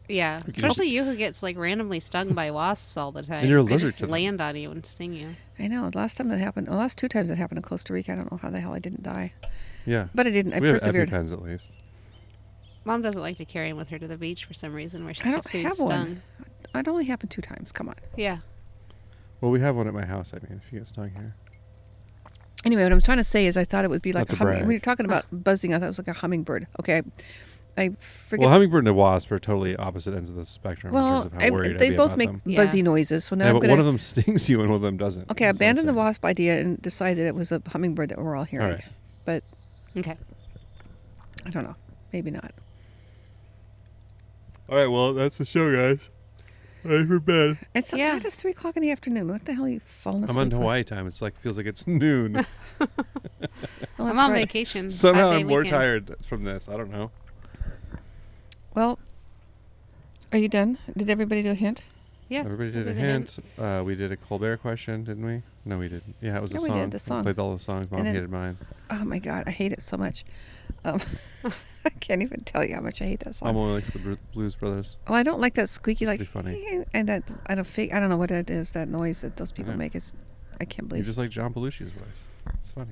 Speaker 3: Yeah,
Speaker 1: just-
Speaker 3: especially you who gets like randomly stung by wasps all the time.
Speaker 1: And you're
Speaker 3: They
Speaker 1: allergic
Speaker 3: just
Speaker 1: to them.
Speaker 3: land on you and sting you.
Speaker 4: I know. Last time that happened. The last two times that happened in Costa Rica. I don't know how the hell I didn't die,
Speaker 1: Yeah.
Speaker 4: but I didn't. I
Speaker 1: we have
Speaker 4: persevered.
Speaker 1: EpiPens at least.
Speaker 3: Mom doesn't like to carry him with her to the beach for some reason, where she
Speaker 4: I
Speaker 3: keeps
Speaker 4: don't
Speaker 3: getting
Speaker 4: have
Speaker 3: stung.
Speaker 4: one. It only happened two times. Come on.
Speaker 3: Yeah,
Speaker 1: Well, we have one at my house. I mean, if you get stung here,
Speaker 4: Anyway, what I'm trying to say is, I thought it would be like
Speaker 1: Not
Speaker 4: a
Speaker 1: to
Speaker 4: humming.
Speaker 1: brag.
Speaker 4: We were talking about buzzing. I thought it was like a hummingbird. Okay, I, I forget.
Speaker 1: well, hummingbird and a wasp are totally opposite ends of the spectrum in
Speaker 4: Well,
Speaker 1: terms of
Speaker 4: I-
Speaker 1: how worried I'd
Speaker 4: they
Speaker 1: be
Speaker 4: both
Speaker 1: about
Speaker 4: make
Speaker 1: them.
Speaker 3: Yeah.
Speaker 4: buzzy noises. So now
Speaker 1: yeah,
Speaker 4: I'm
Speaker 1: but
Speaker 4: gonna
Speaker 1: one of them stings you and one of them doesn't.
Speaker 4: okay,
Speaker 1: That's what I'm
Speaker 4: abandon the
Speaker 1: saying.
Speaker 4: wasp idea and decide that it was a hummingbird that we're all hearing.
Speaker 1: right.
Speaker 4: But
Speaker 3: okay.
Speaker 4: I don't know. Maybe not.
Speaker 1: All right, well, that's the show, guys. Time for bed.
Speaker 4: It's
Speaker 3: Yeah.
Speaker 4: yeah. It's three o'clock in the afternoon. What the hell are you falling asleep?
Speaker 1: I'm on
Speaker 4: for?
Speaker 1: Hawaii time. It's like feels like it's noon.
Speaker 4: Oh, that's
Speaker 3: I'm on
Speaker 4: right.
Speaker 3: vacation.
Speaker 1: Somehow
Speaker 3: five-day
Speaker 1: I'm more
Speaker 3: weekend.
Speaker 1: tired from this. I don't know.
Speaker 4: Well, are you done? Did everybody do a hint?
Speaker 3: Yeah,
Speaker 1: Everybody
Speaker 3: I
Speaker 1: did a
Speaker 3: did a
Speaker 1: hint. Uh, we did a Colbert question, didn't we? No, we didn't. Yeah, it was
Speaker 4: Yeah,
Speaker 1: a
Speaker 4: we
Speaker 1: song.
Speaker 4: did, the song.
Speaker 1: played all the songs. Mom
Speaker 4: then-
Speaker 1: hated mine.
Speaker 4: Oh my god, I hate it so much. Um, I can't even tell you how much I hate that song.
Speaker 1: Mom only likes the Bru- Blues Brothers.
Speaker 4: Well, I don't like that squeaky like
Speaker 1: Pretty funny.
Speaker 4: and that I don't fig- I don't know what it is that noise that those people
Speaker 1: know.
Speaker 4: make is I can't
Speaker 1: You
Speaker 4: believe
Speaker 1: just like John Belushi's voice. It's funny.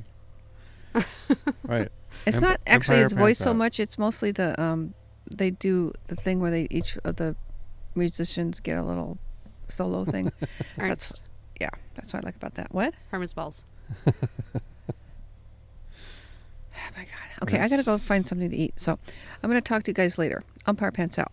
Speaker 1: right.
Speaker 4: it's
Speaker 1: Emp-
Speaker 4: not actually
Speaker 1: Empire
Speaker 4: his voice so
Speaker 1: Pants Out.
Speaker 4: much. It's mostly the um they do the thing where they each of the musicians get a little solo thing.
Speaker 3: Ernst,
Speaker 4: That's yeah, that's what I like about that. What?
Speaker 3: Herman's balls.
Speaker 4: Oh my god. Okay, I gotta go find something to eat. So I'm gonna talk to you guys later. Umpire pants out.